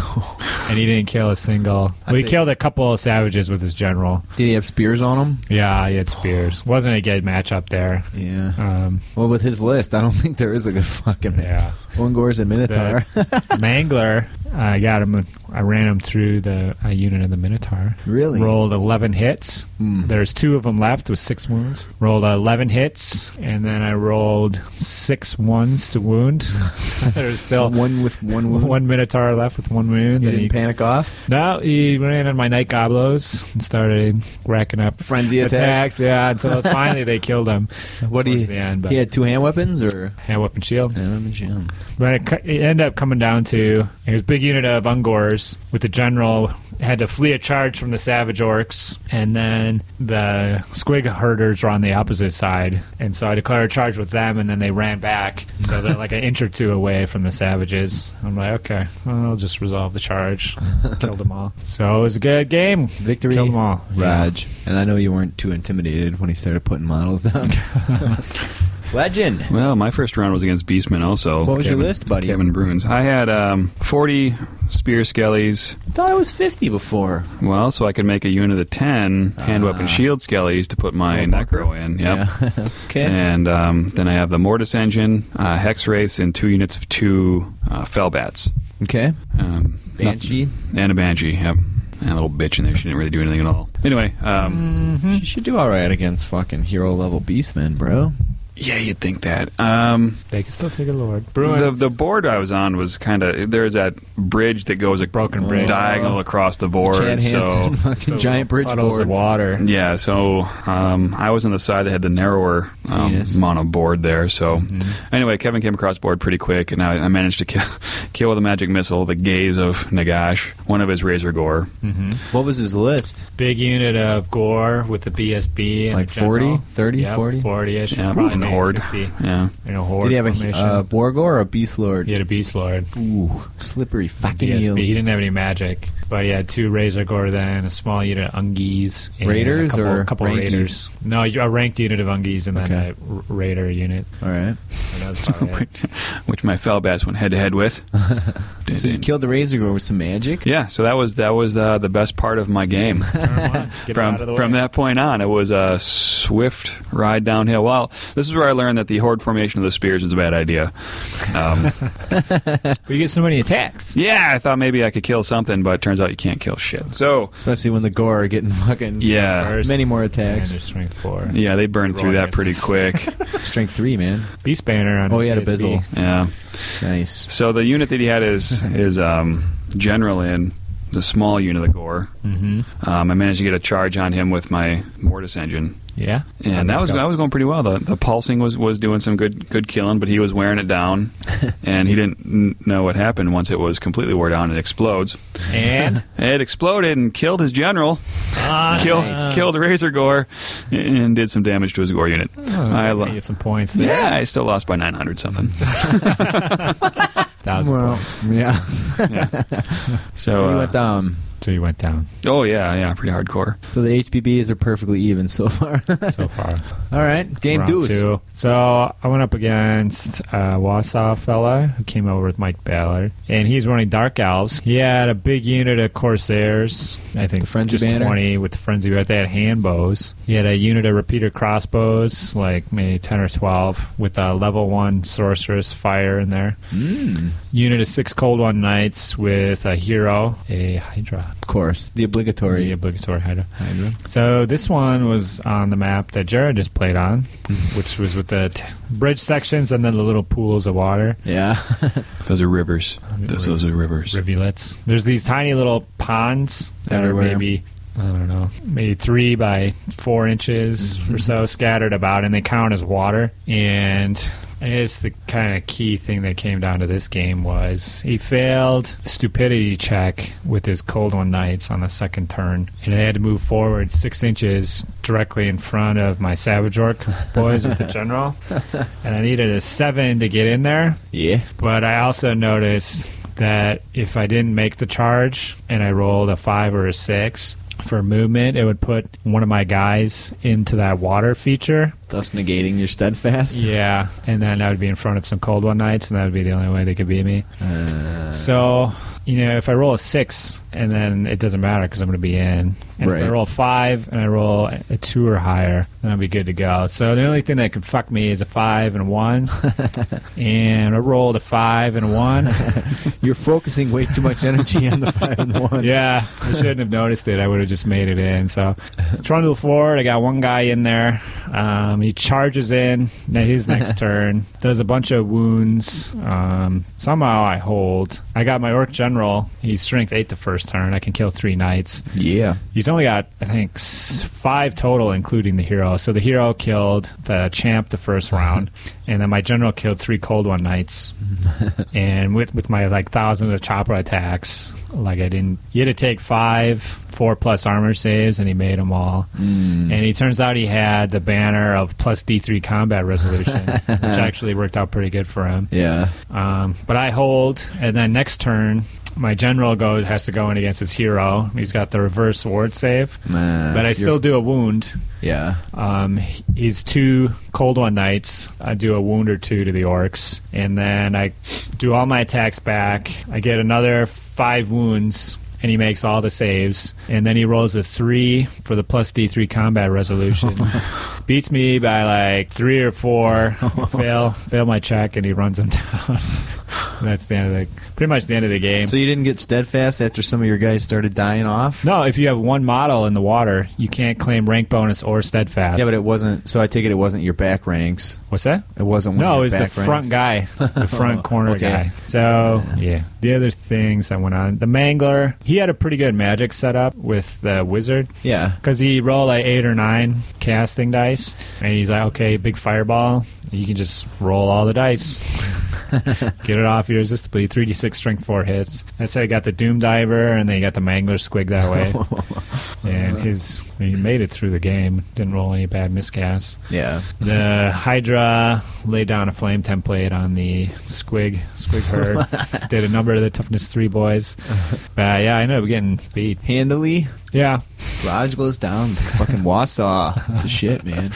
A: and he didn't kill a single. Well, he
B: think-
A: killed a couple of Savages with his General.
B: Did he have spears on him?
A: Yeah, he had spears. Wasn't a good matchup there.
B: Yeah.
A: Um,
B: Well, with his list, I don't think there is a good fucking
A: yeah.
B: Ungors and Minotaur.
A: Mangler, I got him. I ran him through the a unit of the Minotaur.
B: really?
A: Rolled 11 hits.
B: Hmm.
A: There's two of them left with six wounds. Rolled 11 hits, and then I rolled six ones to wound. So There's still
B: One with one wound.
A: one Minotaur left with one wound.
B: You
A: and
B: didn't
A: he,
B: panic off.
A: no, he ran on my Night Goblos and started racking up
B: Frenzy attacks.
A: Yeah, until finally they killed him.
B: What do
A: towards
B: you?
A: the end, but
B: He had two hand weapons, or
A: hand weapon shield.
B: yeah,
A: But it, cu- it ended up coming down to it was a big unit of Ungors with the general had to flee a charge from the savage orcs, and then the squig herders were on the opposite side, and so I declared a charge with them, and then they ran back, so they're like an inch or two away from the savages. I'm like, okay, well, I'll just resolve the charge, killed them all. So it was a good game,
B: victory.
A: killed them all. Yeah.
B: Raj, and I know you weren't too intimidated when he started putting models down. Legend.
E: Well, my first round was against Beastman also.
B: What was your list, buddy?
E: Kevin Bruins. I had um, 40 spear skellies,
B: I thought I was 50 before.
E: well, so I could make a unit of 10 hand
B: Ah.
E: weapon shield skellies to put my
B: Oh,
E: necro in. Yep.
B: Yeah. okay.
E: And um, then I have the Mortis engine, uh, Hex Wraiths, and two units of two uh, Fellbats.
B: Okay.
E: Um,
B: Banshee.
E: nothing- And a Banshee, yep. And a little bitch in there. She didn't really do anything at all. Anyway, um,
B: She should do all right against fucking hero level beastmen, bro.
E: yeah, you'd think that. Um,
A: They can still take a lord.
E: the,
A: Bruins.
E: the board I was on was kind of there's that bridge that goes a
A: Broken bridge.
E: diagonal across the board.
B: Chad Hansen,
E: so
B: fucking giant bridge
A: puddles
B: board.
A: of water.
E: yeah, so um, I was on the side that had the narrower um,
B: Penis.
E: mono board there. So
A: Mm-hmm.
E: anyway, Kevin came across board pretty quick, and I, I managed to kill, kill with a magic missile the gaze of Nagash, one of his Razor Gore.
A: Mm-hmm.
B: What was his list?
A: Big unit of gore with the BSB. and
B: Like
A: the general.
B: 40? 30?
A: Yep,
B: 40?
A: 40-ish.
E: Yeah,
A: probably
E: and
A: maybe
E: horde.
A: 50.
E: Yeah,
A: In a horde
B: Did he have a
A: formation.
B: uh, Borgor or a beast lord?
A: he had a beast lord.
B: Ooh, slippery fucking
A: BSB. He
B: eel.
A: didn't have any magic, but he had two Razor Gore then, a small unit of Ungies. and
B: Raiders
A: a couple,
B: or
A: couple
B: Rankies?
A: Raiders? No, a ranked unit of Ungies and then
B: Okay.
A: a r- Raider unit.
B: All right.
A: And that was probably it.
E: Oh, which my Felbats went head to head with.
B: So you killed the Razor Gore with some magic?
E: yeah, so that was that was uh, the best part of my game.
A: Turn one, get
E: from
A: out of the
E: from
A: way.
E: that point on, it was a swift ride downhill. Well, this is where I learned that the horde formation of the spears is a bad idea. Um,
A: But you get so many attacks.
E: yeah, I thought maybe I could kill something, but it turns out you can't kill shit. So
B: Especially when the Gore are getting fucking
E: yeah,
B: many more
A: And
B: attacks.
A: there's strength four.
E: yeah, they burned through
A: Rolling
E: that pretty quick.
B: Strength three, man.
A: Beast Banner on
B: Oh,
A: his
B: he had a
A: BSB.
B: Bizzle.
E: Yeah.
B: Nice.
E: So the unit that he had is is um, general in the small unit of the gore.
A: Mhm.
E: Um, I managed to get a charge on him with my mortis engine.
A: Yeah.
E: And that was
A: Go.
E: that was going pretty well. The the pulsing was, was doing some good good killing, but he was wearing it down, and he didn't n- know what happened once it was completely wore down. It explodes.
A: And
E: It exploded and killed his general. Killed killed Razor Gore, and did some damage to his Gore unit. I lo-
A: I get some points there.
E: yeah, I still lost by nine hundred something.
A: Thousand points.
B: yeah.
E: Yeah. So,
B: So you
E: uh,
B: went down.
A: So you went down
E: oh yeah, yeah, pretty hardcore.
B: So the HBBs are perfectly even so far.
A: so far.
B: All right. Game
A: Round
B: deuce.
A: two. So I went up against uh, Wausau fella who came over with Mike Ballard, and he's running Dark Elves. He had a big unit of Corsairs, I think
B: The Frenzy
A: just
B: banner?
A: 20 with the Frenzy Banner. They had hand bows. He had a unit of repeater crossbows, like maybe 10 or 12, with a level 1 sorceress fire in there.
B: Hmm.
A: Unit of 6 Cold One Knights with a hero, a Hydra.
B: Of course. The obligatory.
A: The obligatory Hydra.
B: Hydra.
A: So this one was on the map that Jared just played on, which was with the t- bridge sections and then the little pools of water,
B: Yeah.
E: Those are rivers. Those, those are rivers.
A: rivulets. There's these tiny little ponds that
B: Everywhere.
A: are maybe I don't know, maybe three by four inches or so scattered about, and they count as water. And it's the kind of key thing that came down to this game was he failed stupidity check with his cold one knights on the second turn, and I had to move forward six inches directly in front of my Savage Orc boys with the general, and I needed a seven to get in there.
B: Yeah.
A: But I also noticed that if I didn't make the charge and I rolled a five or a six for movement, it would put one of my guys into that water feature.
B: Thus negating your steadfast.
A: Yeah. And then I would be in front of some cold one nights, and that would be the only way they could beat me.
B: Uh,
A: So, you know, if I roll a six and then it doesn't matter because I'm going to be in. And if I
B: Right.
A: roll a five and I roll a two or higher, then I'll be good to go. So the only thing that could fuck me is a five and a one. and I rolled a five and a one.
B: you're focusing way too much energy on the five and the one.
A: Yeah, I shouldn't have noticed it. I would have just made it in. So, trundle forward. I got one guy in there. Um, he charges in. Now his next turn does a bunch of wounds. Um, somehow I hold. I got my orc general. He's strength eight the first turn. I can kill three knights.
B: Yeah.
A: He's only got I think s- five total, including the hero. So the hero killed the champ the first round, and then my general killed three cold one knights and with with my like thousands of chopper attacks, like I didn't. You had to take five four plus armor saves, and he made them all. And he turns out he had the banner of plus D three combat resolution, which actually worked out pretty good for him.
B: Yeah.
A: Um, but I hold, and then next turn my general goes has to go in against his hero. He's got the reverse ward save,
B: Nah,
A: but I
B: you're-
A: still do a wound.
B: yeah.
A: Um, he's two cold one knights. I do a wound or two to the orcs, and then I do all my attacks back. I get another five wounds, and he makes all the saves. And then he rolls a three for the plus D three combat resolution. Beats me by like three or four. fail, fail my check, and he runs him down. That's the end of the pretty much the end of the game.
B: So you didn't get steadfast after some of your guys started dying off.
A: no, if you have one model in the water, you can't claim rank bonus or steadfast.
B: Yeah, but it wasn't. So I take it it wasn't your back ranks.
A: What's that?
B: It wasn't. One of
A: No, it
B: your
A: was the
B: back
A: front
B: ranks.
A: guy, the front corner
B: Okay.
A: guy. So yeah, the other things I went on the mangler. He had a pretty good magic setup with the wizard
B: Yeah.
A: because he rolled like eight or nine casting dice, and he's like, okay, big fireball. You can just roll all the dice. Get it off irresistibly. 3d6 strength, four hits. That's how he got the Doom Diver, and then he got the Mangler Squig that way. and his, he made it through the game. Didn't roll any bad miscasts.
B: Yeah.
A: The Hydra laid down a flame template on the Squig Squig herd. Did a number to the toughness three boys. But yeah, I ended up getting beat.
B: Handily,
A: Yeah,
B: Raj goes down. to Fucking Wausau. to shit, man.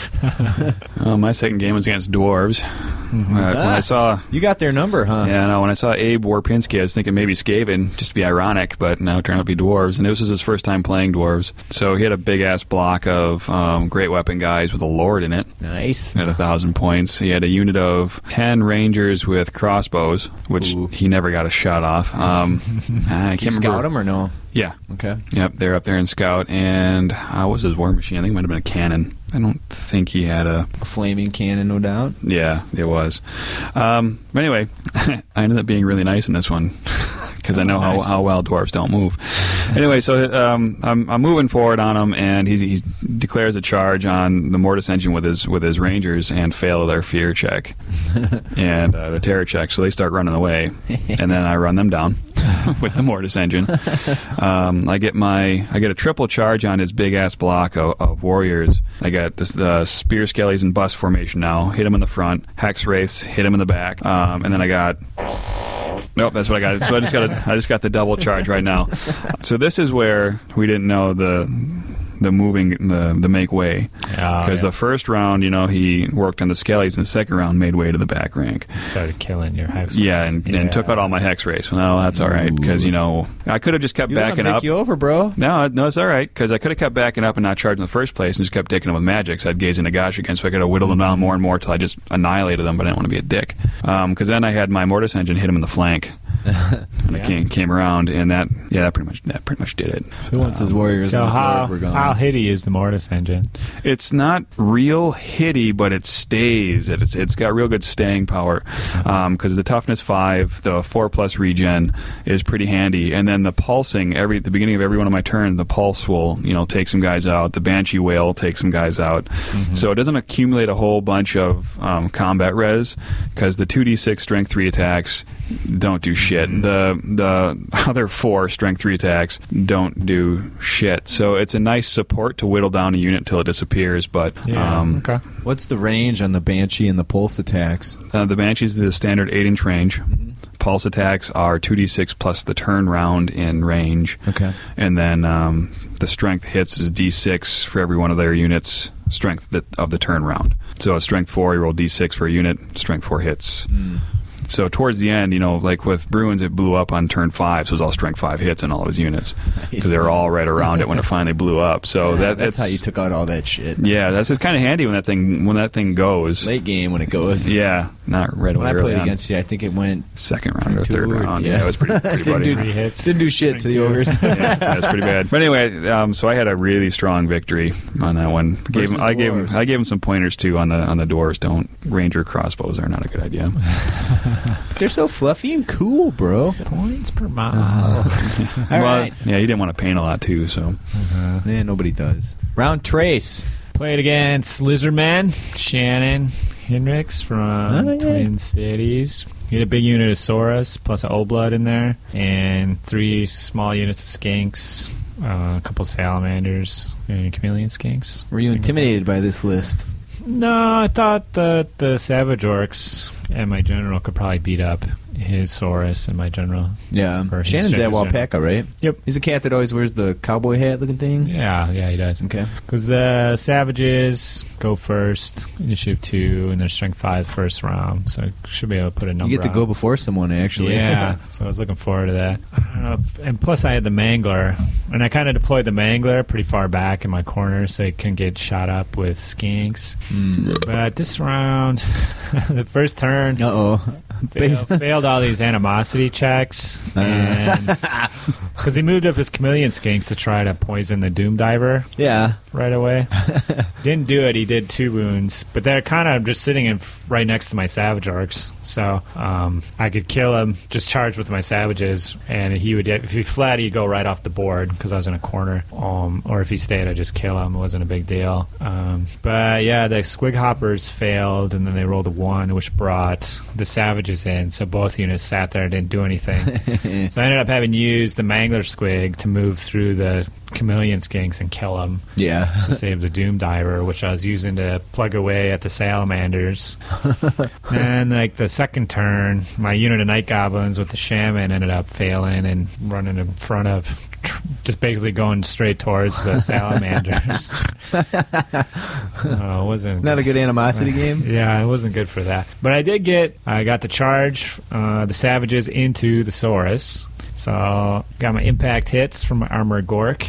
E: Uh, my second game was against dwarves. Uh, when I saw
B: You got their number, huh?
E: Yeah, no, when I saw Abe Warpinski, I was thinking maybe Skaven, just to be ironic, but now it turned out to be Dwarves. And this was his first time playing Dwarves. So he had a big ass block of um, Great Weapon guys with a Lord in it
B: Nice.
E: at a thousand points. He had a unit of ten Rangers with crossbows, which
B: Ooh.
E: he never got a shot off. Um, I can't
B: You
E: remember.
B: scout them or no?
E: Yeah.
B: Okay.
E: Yep, they're up there in Scout, and uh, what was his war machine? I think it might have been a cannon. I don't think he had a
B: A flaming cannon, no doubt.
E: yeah, it was. Um, but anyway, I ended up being really nice in this one because I know how,
B: Nice.
E: how well dwarves don't move. anyway, so um, I'm, I'm moving forward on him, and he he declares a charge on the mortis engine with his with his rangers and fail their fear check and uh, the terror check. So they start running away, and then I run them down with the mortis engine. Um, I get my I get a triple charge on his big ass block of, of warriors. I got this the spear skellies in bus formation now. Hit him in the front. Hex wraiths hit him in the back. Um, and then I got Nope, that's what I got. So I just got a, I just got the double charge right now. So this is where we didn't know the the moving the the make way
A: Oh,
E: because
A: yeah.
E: the first round you know he worked on the skellies and the second round made way to the back rank.
A: started killing your house.
E: Yeah, and, and took out all my hex rays. Well, no, that's all right because you know I could have just kept
B: You let 'em
E: backing
B: pick
E: up.
B: you over, bro.
E: No, no, it's all right because I could have kept backing up and not charging in the first place and just kept taking them with magic. So I'd gaze into Gosh again, so I could have whittled them down more and more till I just annihilated them. But I didn't want to be a dick because then I had my mortis engine hit him in the flank when
A: Yeah.
E: it came came around, and that yeah, that pretty much that pretty much did it.
B: Who wants his warriors?
A: Um, So
B: and his
A: how
B: lord were gone.
A: how hitty is the mortis engine?
E: It's not real hitty, but it stays. It- It's it's got real good staying power because the toughness five, the four plus regen is pretty handy, and then the pulsing every at the beginning of every one of my turns, the pulse will you know take some guys out. The banshee whale takes some guys out, so it doesn't accumulate a whole bunch of um, combat res because the two d six strength three attacks don't do shit. The the other four strength three attacks don't do shit. So it's a nice support to whittle down a unit till it disappears. But um,
A: okay.
B: What's the range on the banshee and the pulse attacks?
E: uh, the banshees the standard eight inch range.
B: Mm-hmm.
E: Pulse attacks are two d six plus the turn round in range.
B: Okay.
E: and then um, the strength hits is d six for every one of their units. Strength that, of the turn round. So a strength four, you roll d six for a unit. Strength four hits. So towards the end, you know, like with Bruins, it blew up on turn five, so it was all strength five hits in all of his units because they were all right around it when it finally blew up.
A: Oh,
E: So that,
B: that's how
E: it's-
B: you took out all that shit.
E: Yeah, that's just kind of handy when that thing when that thing goes.
B: Late game when it goes.
E: Yeah, not right
B: When
E: away.
B: I
E: early
B: played
E: on.
B: against you, I think it went.
E: second round or
B: Two
E: third
B: or-
E: round,
B: yeah.
E: yeah, it was pretty, pretty
B: Didn't
E: bloody.
B: do
A: Three hits.
B: Didn't do shit to the ogres.
E: yeah, that's pretty bad. But anyway, um, so I had a really strong victory on that one. Gave him,
B: Versus
E: I gave him,
B: dwarves.
E: I gave him some pointers too on the on the doors. Don't ranger crossbows are not a good idea.
B: They're so fluffy and cool, bro.
A: Points per mile.
B: All
E: Well,
B: right.
E: yeah, he didn't want to paint a lot too, so
A: uh,
B: Yeah, nobody does. Round trace.
A: Played against Lizardman, Shannon Hendricks from
B: Oh, yeah.
A: Twin Cities. He had a big unit of Saurus plus an old blood in there, and three small units of skinks, uh, a couple salamanders, and chameleon skinks.
B: Were you intimidated by this list?
A: No, I thought that the savage orcs and my general could probably beat up his Saurus and my general.
B: Yeah.
A: Or he's
B: Shannon's at
A: Jack's
B: Walpaca, right?
A: Yep.
B: He's a cat that always wears the cowboy hat looking thing.
A: Yeah, yeah, he does.
B: Okay.
A: Because the Savages go first, initiative two, and their strength five first round. So should be able to put a number
B: You get to
A: on
B: go
A: it.
B: before someone, actually.
A: Yeah, so I was looking forward to that. I don't know if- and plus, I had the mangler, and I kind of deployed the mangler pretty far back in my corner so it couldn't get shot up with skinks.
B: Mm.
A: But this round, the first turn,
B: Uh oh.
A: fail- failed all these animosity checks,
B: Uh.
A: because he moved up his chameleon skinks to try to poison the doom diver
B: Yeah.
A: right away. Didn't do it. He did two wounds, but they're kind of just sitting in f- right next to my savage orcs, so um, I could kill him. Just charge with my savages, and he would. If he fled, he'd go right off the board because I was in a corner. Um, or if he stayed, I'd just kill him. It wasn't a big deal. Um, but yeah, the squig hoppers failed, and then they rolled a one, which brought the savages in. So both units sat there and didn't do anything. So I ended up having used the Mangler Squig to move through the chameleon skinks and kill them
B: yeah.
A: to save the Doom Diver, which I was using to plug away at the salamanders. and like the second turn, my unit of night goblins with the shaman ended up failing and running in front of. tr- Just basically going straight towards the salamanders. uh, it wasn't
B: Not a good animosity game.
A: yeah, it wasn't good for that. But I did get, I got the charge, uh, the Savages into the Saurus. So got my impact hits from my armored Gork.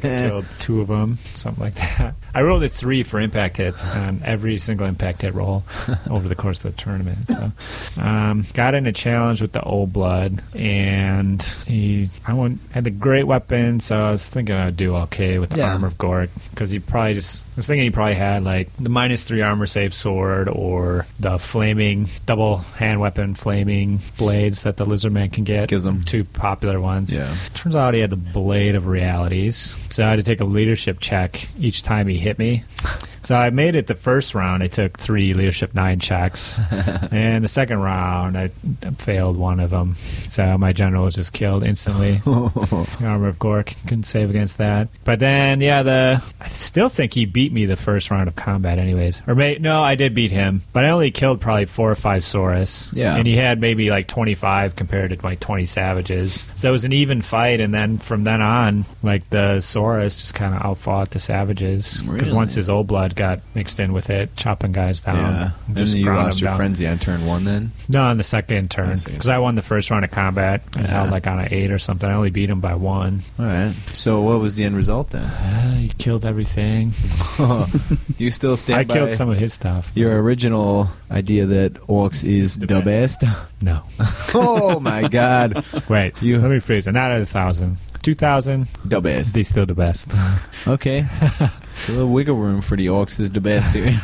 A: Killed two of them, something like that. I rolled a three for impact hits on every single impact hit roll over the course of the tournament. So um, got in a challenge with the old blood, and he I won, had the great weapon, so I was thinking I'd do okay with the
B: Yeah.
A: armor of Gork because he probably just I was thinking he probably had like the minus three armor save sword or the flaming double hand weapon flaming blades that the lizard man can get.
B: Gives them-
A: two popular ones.
B: Yeah.
A: Turns out he had the blade of realities, so I had to take a leadership check each time he hit me. So I made it the first round. I took three leadership nine checks, and the second round I failed one of them. So my general was just killed instantly. The Armor of Gork couldn't save against that. But then, yeah, the I still think he beat me the first round of combat, anyways. Or may, no, I did beat him, but I only killed probably four or five Saurus.
B: Yeah.
A: and he had maybe like twenty five compared to like twenty Savages. So it was an even fight. And then from then on, like the Saurus just kind of outfought the Savages because
B: Really?
A: once his old blood got mixed in with it, chopping guys down.
B: Yeah. And then
A: just
B: you
A: ground
B: lost
A: them
B: your
A: down.
B: frenzy on turn one then?
A: No, on the second turn
B: I see.
A: because I won the first round of combat and
B: Yeah.
A: held like on an eight or something. I only beat him by one.
B: All right. So what was the end result then?
A: Uh, he killed everything.
B: Do you still stand
A: I
B: by
A: killed some of his stuff.
B: your original idea that Orcs is
A: The
B: the
A: best.
B: best?
A: No.
B: oh my god.
A: Wait.
B: You-
A: let me rephrase it. Not at a thousand. Two thousand.
B: The best.
A: They still the best.
B: Okay. It's a little wiggle room for the Orcs is the best here.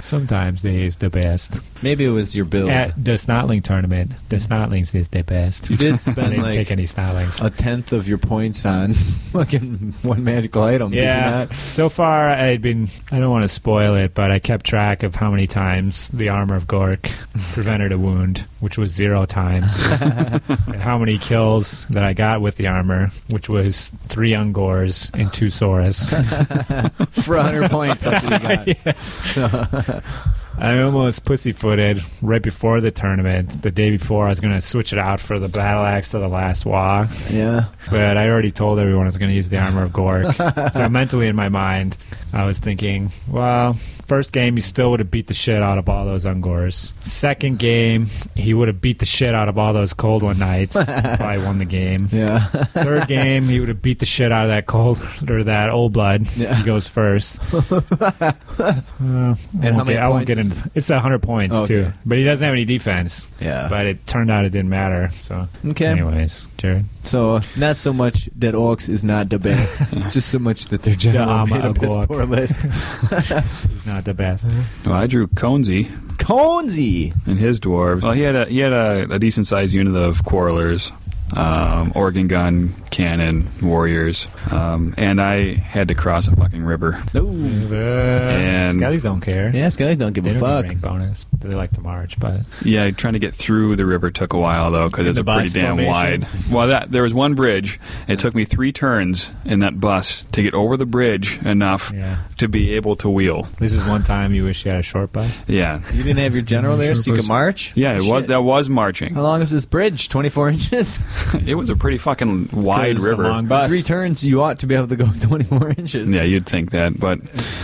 A: Sometimes they is the best.
B: Maybe it was your build.
A: At the Snotling tournament, the Snotlings is the best.
B: Mm-hmm. you did
A: I
B: spend
A: didn't
B: like
A: take any Snotlings.
B: a tenth of your points on fucking one magical item,
A: yeah.
B: did you not?
A: So far, I'd been. I don't want to spoil it, but I kept track of how many times the armor of Gork prevented a wound, which was zero times, and how many kills that I got with the armor, which was three Ungors and two Saurus.
B: For 100 points, that's what you got.
A: I almost pussyfooted right before the tournament. The day before, I was going to switch it out for the battle axe of the last wa,
B: Yeah.
A: but I already told everyone I was going to use the armor of Gork. so mentally, in my mind, I was thinking, well, first game he still would have beat the shit out of all those Ungors. Second game, he would have beat the shit out of all those Cold One Knights. Probably won the game.
B: Yeah.
A: Third game, he would have beat the shit out of that cold or that old blood.
B: Yeah.
A: He goes first. Uh, I won't
B: how many
A: get- I won't
B: points
A: get in.
B: is-
A: It's hundred points
B: Oh, Okay.
A: too, but he doesn't have any defense.
B: Yeah.
A: But it turned out it didn't matter. So,
B: Okay.
A: anyways, Jared,
B: So not so much that Orcs is not the best, just so much that their general
A: armor
B: made up
A: of
B: his
A: Orc.
B: poor list.
A: he's not the best.
B: Uh-huh.
E: Well, I drew Conzi
B: Conzi.
E: and his dwarves. Well, he had a he had a, a decent sized unit of quarrelers. um, Oregon gun, cannon, warriors, um, and I had to cross a fucking river.
B: Ooh.
E: And-
A: Skellies don't care.
B: Yeah, Skelly don't give
A: They
B: a
A: don't
B: fuck.
A: get rank bonus. They like to march, but
E: Yeah, trying to get through the river took a while though because
A: In
E: it's
A: the
E: a pretty
A: bus
E: damn
A: formation?
E: wide. Well, that there was one bridge. It took me three turns in that bus to get over the bridge enough
A: yeah.
E: to be able to wheel.
A: This is one time you wish you had a short bus.
E: Yeah,
B: You didn't have your general there, so you could march.
E: yeah, it was
B: Shit.
E: that was marching.
A: Oh.
B: How long is this bridge? Twenty-four inches.
E: It was a pretty fucking wide
A: It's a
E: river.
A: long bus.
B: Three turns. You ought to be able to go twenty-four inches.
E: yeah, you'd think that, but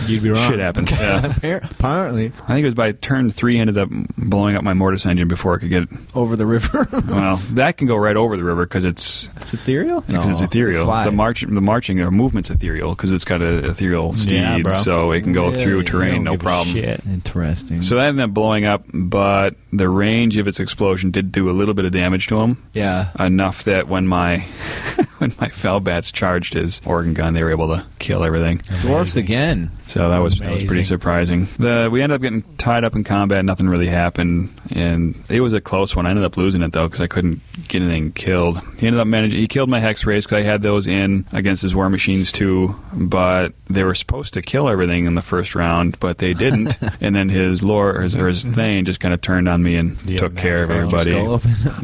A: You'd be wrong.
E: shit happened. Yeah.
B: Appar- Apparently,
E: I think it was by turn three ended up blowing up my mortise engine before it could get.
B: over the river.
A: Oh.
E: Well, that can go right over the river because it's
B: it's ethereal.
E: because it's ethereal.
B: Flies.
E: the march, the marching or movement's ethereal because it's got a ethereal steed,
A: Yeah, bro.
E: so it can go
B: Really?
E: through
A: They
E: terrain,
A: don't
E: no
A: give a
E: problem.
A: Shit.
B: Interesting.
E: So that ended up blowing up, but the range of its explosion did do a little bit of damage to him.
B: yeah.
E: Enough that when my when my Felbats charged his Oregon gun, they were able to kill everything.
B: Dwarfs
A: Amazing.
B: again.
E: So that was that was pretty
A: Amazing.
E: surprising. The we ended up getting tied up in combat. Nothing really happened, and it was a close one. I ended up losing it though because I couldn't get anything killed. He ended up managing. He killed my hex rays because I had those in against his war machines too. But they were supposed to kill everything in the first round, but they didn't. and then his lore or his, or his thing just kind of turned on me and
A: Yeah,
E: took
A: man,
E: care of
A: Crown
E: everybody.
B: Skull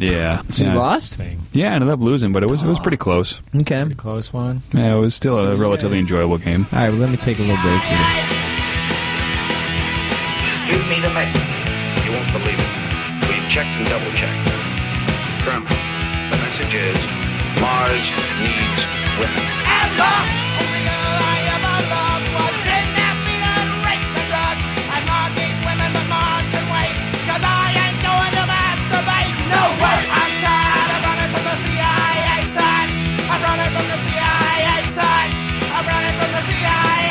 B: open.
E: Yeah, yeah.
B: So you lost.
A: Thing.
E: Yeah, I ended up losing, but it was it was pretty close.
B: Okay.
A: Pretty close one.
E: Yeah, it was still
B: So
E: a
B: you
E: relatively
B: guys-
E: enjoyable game.
B: All right. Well, let me take a little break here.
C: You need a mate. You won't believe it. We've checked and double checked. Kermit, the message is Mars needs women.
D: I'm running from the CIA.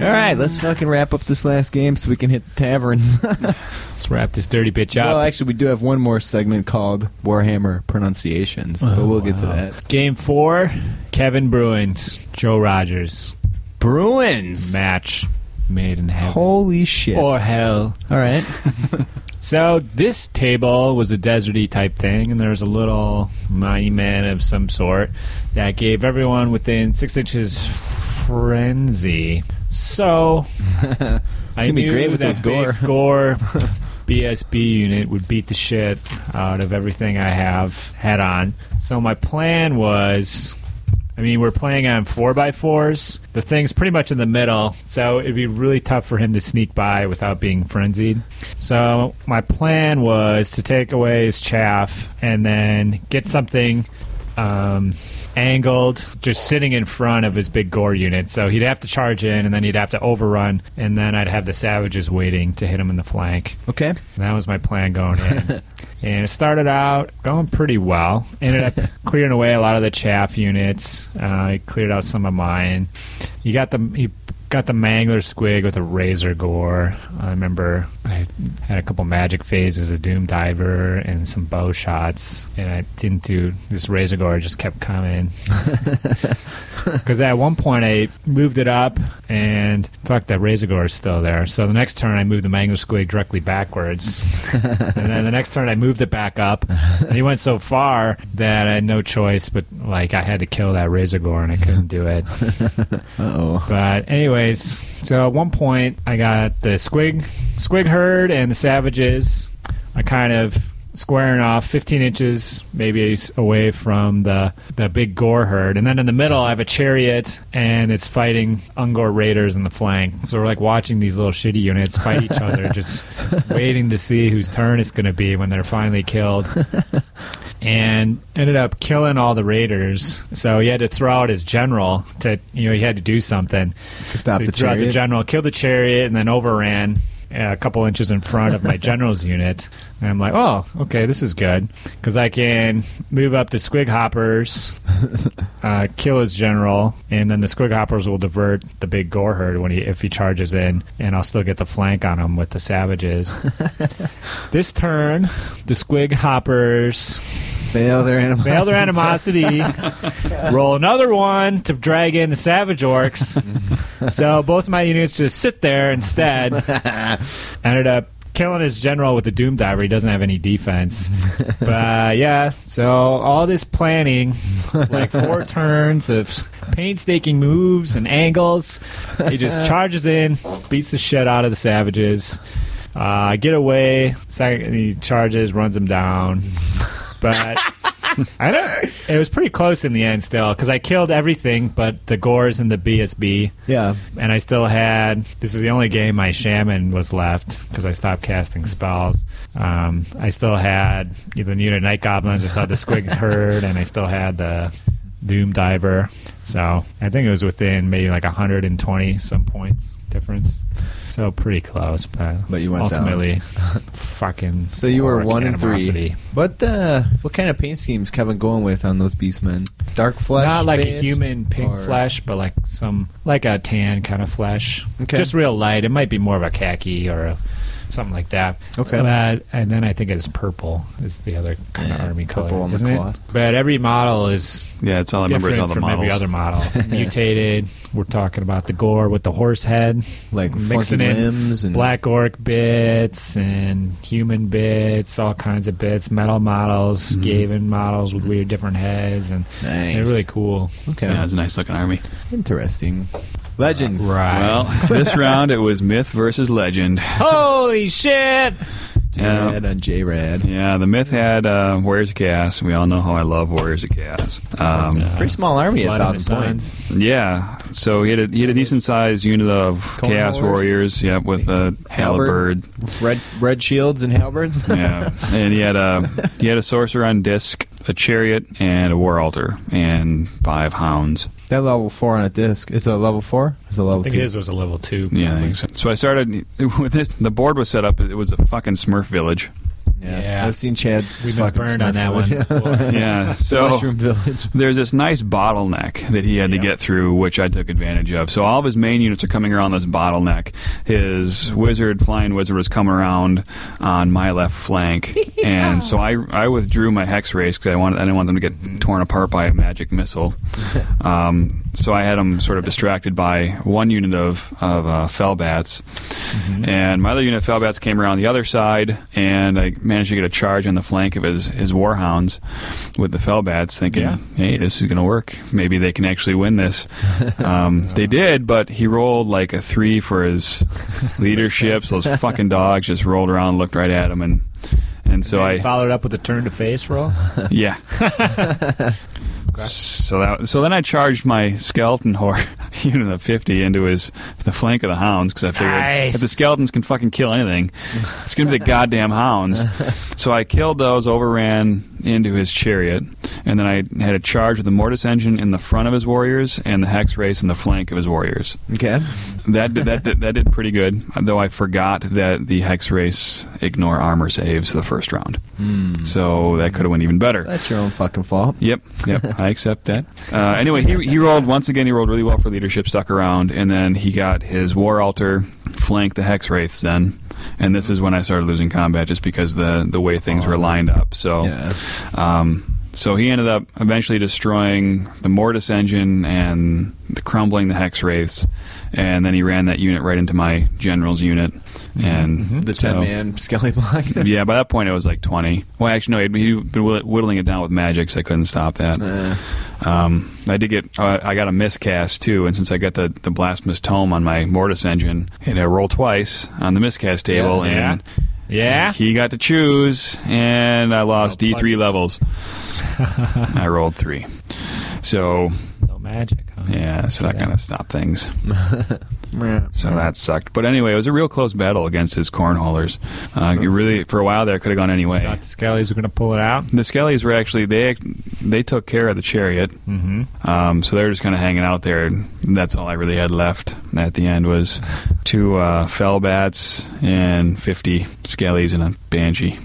B: All right, let's fucking wrap up this last game so we can hit the taverns.
A: Let's wrap this dirty bitch up.
B: well, actually, we do have one more segment called Warhammer pronunciations, but we'll get to
A: Oh, Wow.
B: that.
A: Game four, Kevin Bruins, Joe Rogers.
B: Bruins.
A: Match made in heaven.
B: Holy shit!
A: or hell.
B: All right.
A: So this table was a deserty type thing, and there was a little monument of some sort that gave everyone within six inches frenzy. So I
B: gonna be
A: knew
B: great with
A: that
B: those gore.
A: big gore BSB unit would beat the shit out of everything I have head on. So my plan was I mean, we're playing on 4x4s. The thing's pretty much in the middle, so it'd be really tough for him to sneak by without being frenzied. So, my plan was to take away his chaff and then get something um, angled, just sitting in front of his big gore unit. So, he'd have to charge in, and then he'd have to overrun, and then I'd have the savages waiting to hit him in the flank.
B: Okay.
A: And that was my plan going in. and it started out going pretty well. Ended up clearing away a lot of the chaff units. Uh, I cleared out some of mine. You got the you got the mangler squig with a razor gore. I remember I had a couple magic phases, a doom diver, and some bow shots. And I didn't do this razor gore; just kept coming. Because at one point I moved it up, and fuck, that razor gore is still there. So the next turn I moved the mango squig directly backwards, and then the next turn I moved it back up. And he went so far that I had no choice but like I had to kill that razor gore, and I couldn't do it.
B: Uh oh.
A: But anyways, so at one point I got the squig, squig herd, and the savages. I kind of squaring off 15 inches maybe s- away from the the big gore herd and then in the middle i have a chariot and it's fighting ungor raiders in the flank so we're like watching these little shitty units fight each other just waiting to see whose turn it's going to be when they're finally killed and ended up killing all the raiders. So he had to throw out his general to you know he had to do something.
B: To stop
A: so he
B: the
A: threw out the
B: chariot.
A: general, killed the chariot, and then overran uh, a couple inches in front of my general's unit. And I'm like, oh, okay, this is good because I can move up the squig hoppers, uh, kill his general, and then the squig hoppers will divert the big gore herd when he if he charges in, and I'll still get the flank on him with the savages. this turn, the squig hoppers
B: Fail their animosity.
A: Veil their animosity. roll another one to drag in the savage orcs. so both of my units just sit there instead. Ended up killing his general with the doom diver. He doesn't have any defense. but uh, yeah, so all this planning, like four turns of painstaking moves and angles. He just charges in, beats the shit out of the savages. Uh, get away. Second, he charges, runs them down. But I don't. It was pretty close in the end still because I killed everything but the gores and the BSB,
B: Yeah.
A: and I still had. This is the only game my shaman was left because I stopped casting spells. Um, I still had the unit night goblins. I still had the squig herd, and I still had the doom diver. So I think it was within maybe like 120 some points difference. So pretty close, but
B: But you went down.
A: ultimately fucking.
B: So you were
A: orc
B: one and
A: animosity.
B: three. What uh, what kind of paint schemes Kevin going with on those beastmen? Dark flesh,
A: not like a
B: based,
A: human pink
B: or-
A: flesh, but like some like a tan kind of flesh.
B: Okay.
A: Just real light. It might be more of a khaki or a, something like that.
B: Okay.
A: But- and then I think it's purple is the other kind of
B: Yeah,
A: army color,
B: purple on the
A: isn't it?
B: cloth.
A: But every model is
E: Yeah, it's all I remember is all
A: different
E: the
A: from
E: models.
A: every other model. Mutated. We're talking about the gore with the horse head,
B: like
A: mixing
B: funky
A: in
B: limbs and
A: black orc bits and human bits, all kinds of bits, metal models, Skaven models with weird different heads, and
B: Nice.
A: they're really cool.
B: Okay,
E: Yeah, it's a nice looking army.
B: interesting. Legend.
A: Right.
E: Well, this round it was myth versus legend.
A: Holy shit!
E: Yeah.
B: J-Rad on J-Rad.
E: Yeah, the myth had uh, Warriors of Chaos. We all know how I love Warriors of Chaos. Um,
B: Pretty small army at
A: Blood in the
B: thousand
A: Sun.
B: points.
E: Yeah, so he had a, he had a decent sized unit of
B: Conan
E: Chaos
B: Warriors?
E: Warriors. Yeah, with a
B: Halberd.
E: halberd.
B: Red red shields and halberds.
E: yeah, and he had a he had a sorcerer on disc, a chariot, and a war altar, and five hounds.
B: that level four on a disc. Is it a level four? Is it a level
A: I think
B: two?
A: his was a level two.
E: Yeah, I think so. So I started with this. The board was set up. It was a fucking Smurf village.
B: Yes.
A: Yeah.
B: I've seen Chad's
A: We've been
B: fucking
A: burned on
B: Smurf
A: that one
B: village.
A: before.
E: Yeah, so
B: Mushroom Village.
E: there's this nice bottleneck that he had
A: Yeah.
E: to get through, which I took advantage of. So all of his main units are coming around this bottleneck. His wizard, flying wizard, was coming around on my left flank, and so I I withdrew my hex race because I wanted I didn't want them to get torn apart by a magic missile. Um, so I had them sort of distracted by one unit of of uh, fellbats, Mm-hmm. and my other unit of fellbats came around the other side, and I managed to get a charge on the flank of his his warhounds with the fellbats, thinking,
A: Yeah.
E: "Hey, this is going to work. Maybe they can actually win this." Um, they did, but he rolled like a three for his leadership. so those fucking dogs just rolled around, looked right at him, and and so I
A: followed up with a turn to face roll.
E: yeah. so that so then I charged my skeleton horse unit of fifty into his the flank of the hounds because I figured
A: Nice.
E: if the skeletons can fucking kill anything, it's gonna be the goddamn hounds. so I killed those, overran into his chariot, and then I had a charge with the mortis engine in the front of his warriors and the hex race in the flank of his warriors.
B: Okay.
E: That did, that did, that did pretty good, though I forgot that the hex race ignore armor saves the first round, so that could have went even better.
B: That's your own fucking fault.
E: Yep, yep, I accept that. Uh, anyway, he, he rolled once again. He rolled really well for leadership, stuck around, and then he got his war altar, flanked the hex wraiths. Then, and this is when I started losing combat, just because the the way things were lined up.
A: Oh.
E: So,
B: Oh. Yeah.
E: um, so he ended up eventually destroying the mortis engine and the crumbling the hex wraiths, and then he ran that unit right into my general's unit, and
B: Mm-hmm. The
E: so-
B: ten man skelly block.
E: yeah, by that point it was like twenty. Well, actually, no, he'd, he'd been whitt- whittling it down with magic, so I couldn't stop that.
B: Uh,
E: Um, I did get uh, I got a miscast too, and since I got the the blasphemous tome on my mortis engine, and I rolled twice on the miscast table,
A: Yeah.
E: and
A: Yeah.
E: he got to choose, and I lost
A: Oh,
E: D three
A: plus-
E: levels. I rolled three, so
A: No magic. Huh?
E: yeah, so that kind of stopped things.
B: yeah.
E: So that sucked. But anyway, it was a real close battle against his cornholers. Uh, you really, for a while there, could have gone any way.
A: Thought the Skellies were gonna pull it out.
E: the Skellies were actually they they took care of the chariot,
A: Mm-hmm.
E: um, so they were just kind of hanging out there. And that's all I really had left at the end was two uh, fellbats and fifty Skellies and a banshee.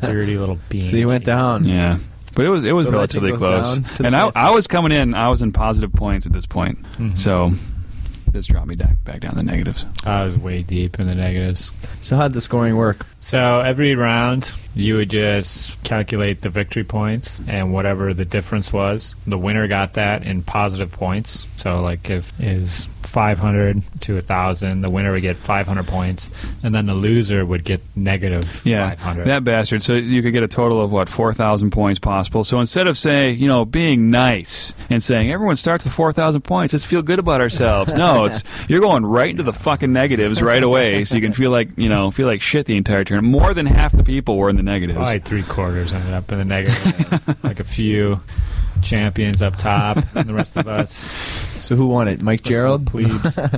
A: Dirty little bean.
B: So you went down.
E: Yeah, but it was it was
B: The legend
E: relatively
B: goes down
E: close.
B: to the Mm-hmm.
E: And I,
B: myth.
E: I was coming in, I was in positive points at this point, so this dropped me back back down the negatives.
A: I was way deep in the negatives.
B: So how'd the scoring work?
A: So every round, you would just calculate the victory points and whatever the difference was. The winner got that in positive points. So, like, if is 500 to 1,000, the winner would get 500 points, and then the loser would get negative
E: Yeah,
A: 500.
E: that bastard. So you could get a total of what four thousand points possible. So instead of say, you know, being nice and saying everyone starts with four thousand points, let's feel good about ourselves. No, it's you're going right into the fucking negatives right away, so you can feel like you know feel like shit the entire turn. More than half the people were in the negatives.
A: Probably three quarters ended up in the negative. like a few champions up top, and the rest of us.
B: So who won it? Mike Gerald?
A: Plebes.
B: I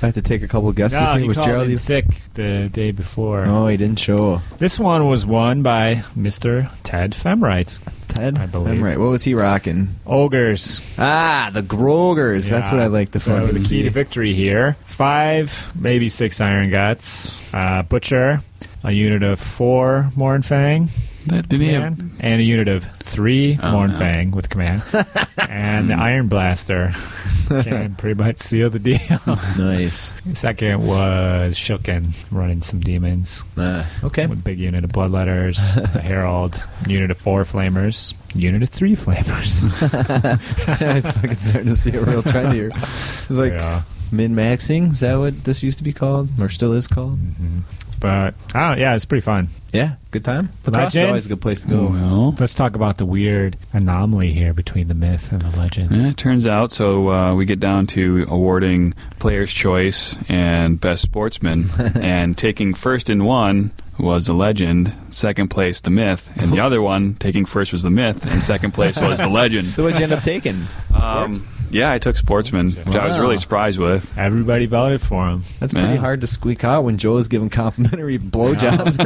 B: have to take a couple guesses.
A: no,
B: here.
A: he
B: Was
A: called
B: Gerald?
A: in
B: even-
A: sick the day before.
E: Oh.
B: No, he didn't show.
A: This one was won by Mr. Ted Femrite.
B: Ted,
A: I believe.
B: am right. What was he rocking?
A: Ogres.
B: Ah, the Grogers. That's
A: Yeah.
B: what I like to
A: so
B: fucking
A: the key
B: see.
A: to victory here. Five, maybe six iron guts. Uh, butcher, a unit of four Mornfang,
E: That didn't
A: command, and a unit of three
E: Oh,
A: Mornfang with command, and the Iron Blaster can pretty much seal the deal.
B: Nice.
A: Second was Shilkin running some demons.
B: Ah, okay.
A: With big unit of bloodletters, a herald, unit of four flamers, unit of three flamers.
B: it's fucking starting to see a real trend here. It's like
A: Yeah.
B: min maxing. Is that what this used to be called, or still is called?
A: But oh yeah, it's pretty fun.
B: Yeah, good time. Lacrosse is
A: Legend.
B: always a good place to go.
E: Well,
A: Let's talk about the weird anomaly here between the myth and the legend.
E: Yeah, it turns out. So uh, we get down to awarding player's choice and best sportsman, and taking first in one was the legend, second place the myth, and the other one taking first was the myth, and second place was the legend.
B: So what'd you end up taking?
E: Um, yeah, I took sportsman, which I was
B: Wow.
E: really surprised with.
A: Everybody voted for him.
B: That's pretty
E: Yeah.
B: hard to squeak out when Joe's giving complimentary blowjobs.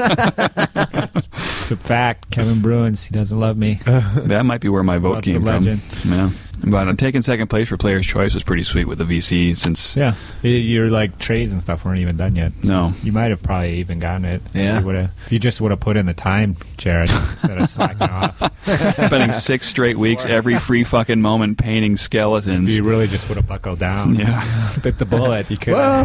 A: It's a fact. Kevin Bruins, he doesn't love me.
E: That might be where my vote
A: That's
E: came
A: the
E: from.
A: legend.
E: Yeah, but uh, taking second place for player's choice was pretty sweet with the VC since.
A: yeah, Y- your like trays and stuff weren't even done yet.
E: No,
A: You might have probably even gotten it. if
B: Yeah.
A: you would've- If you just would have put in the time, Jared, instead of slacking off.
E: spending six straight weeks every free fucking moment painting
A: If
E: skeletons.
A: you really just would have buckled down,
E: Yeah.
A: bit the bullet, you could.
B: well,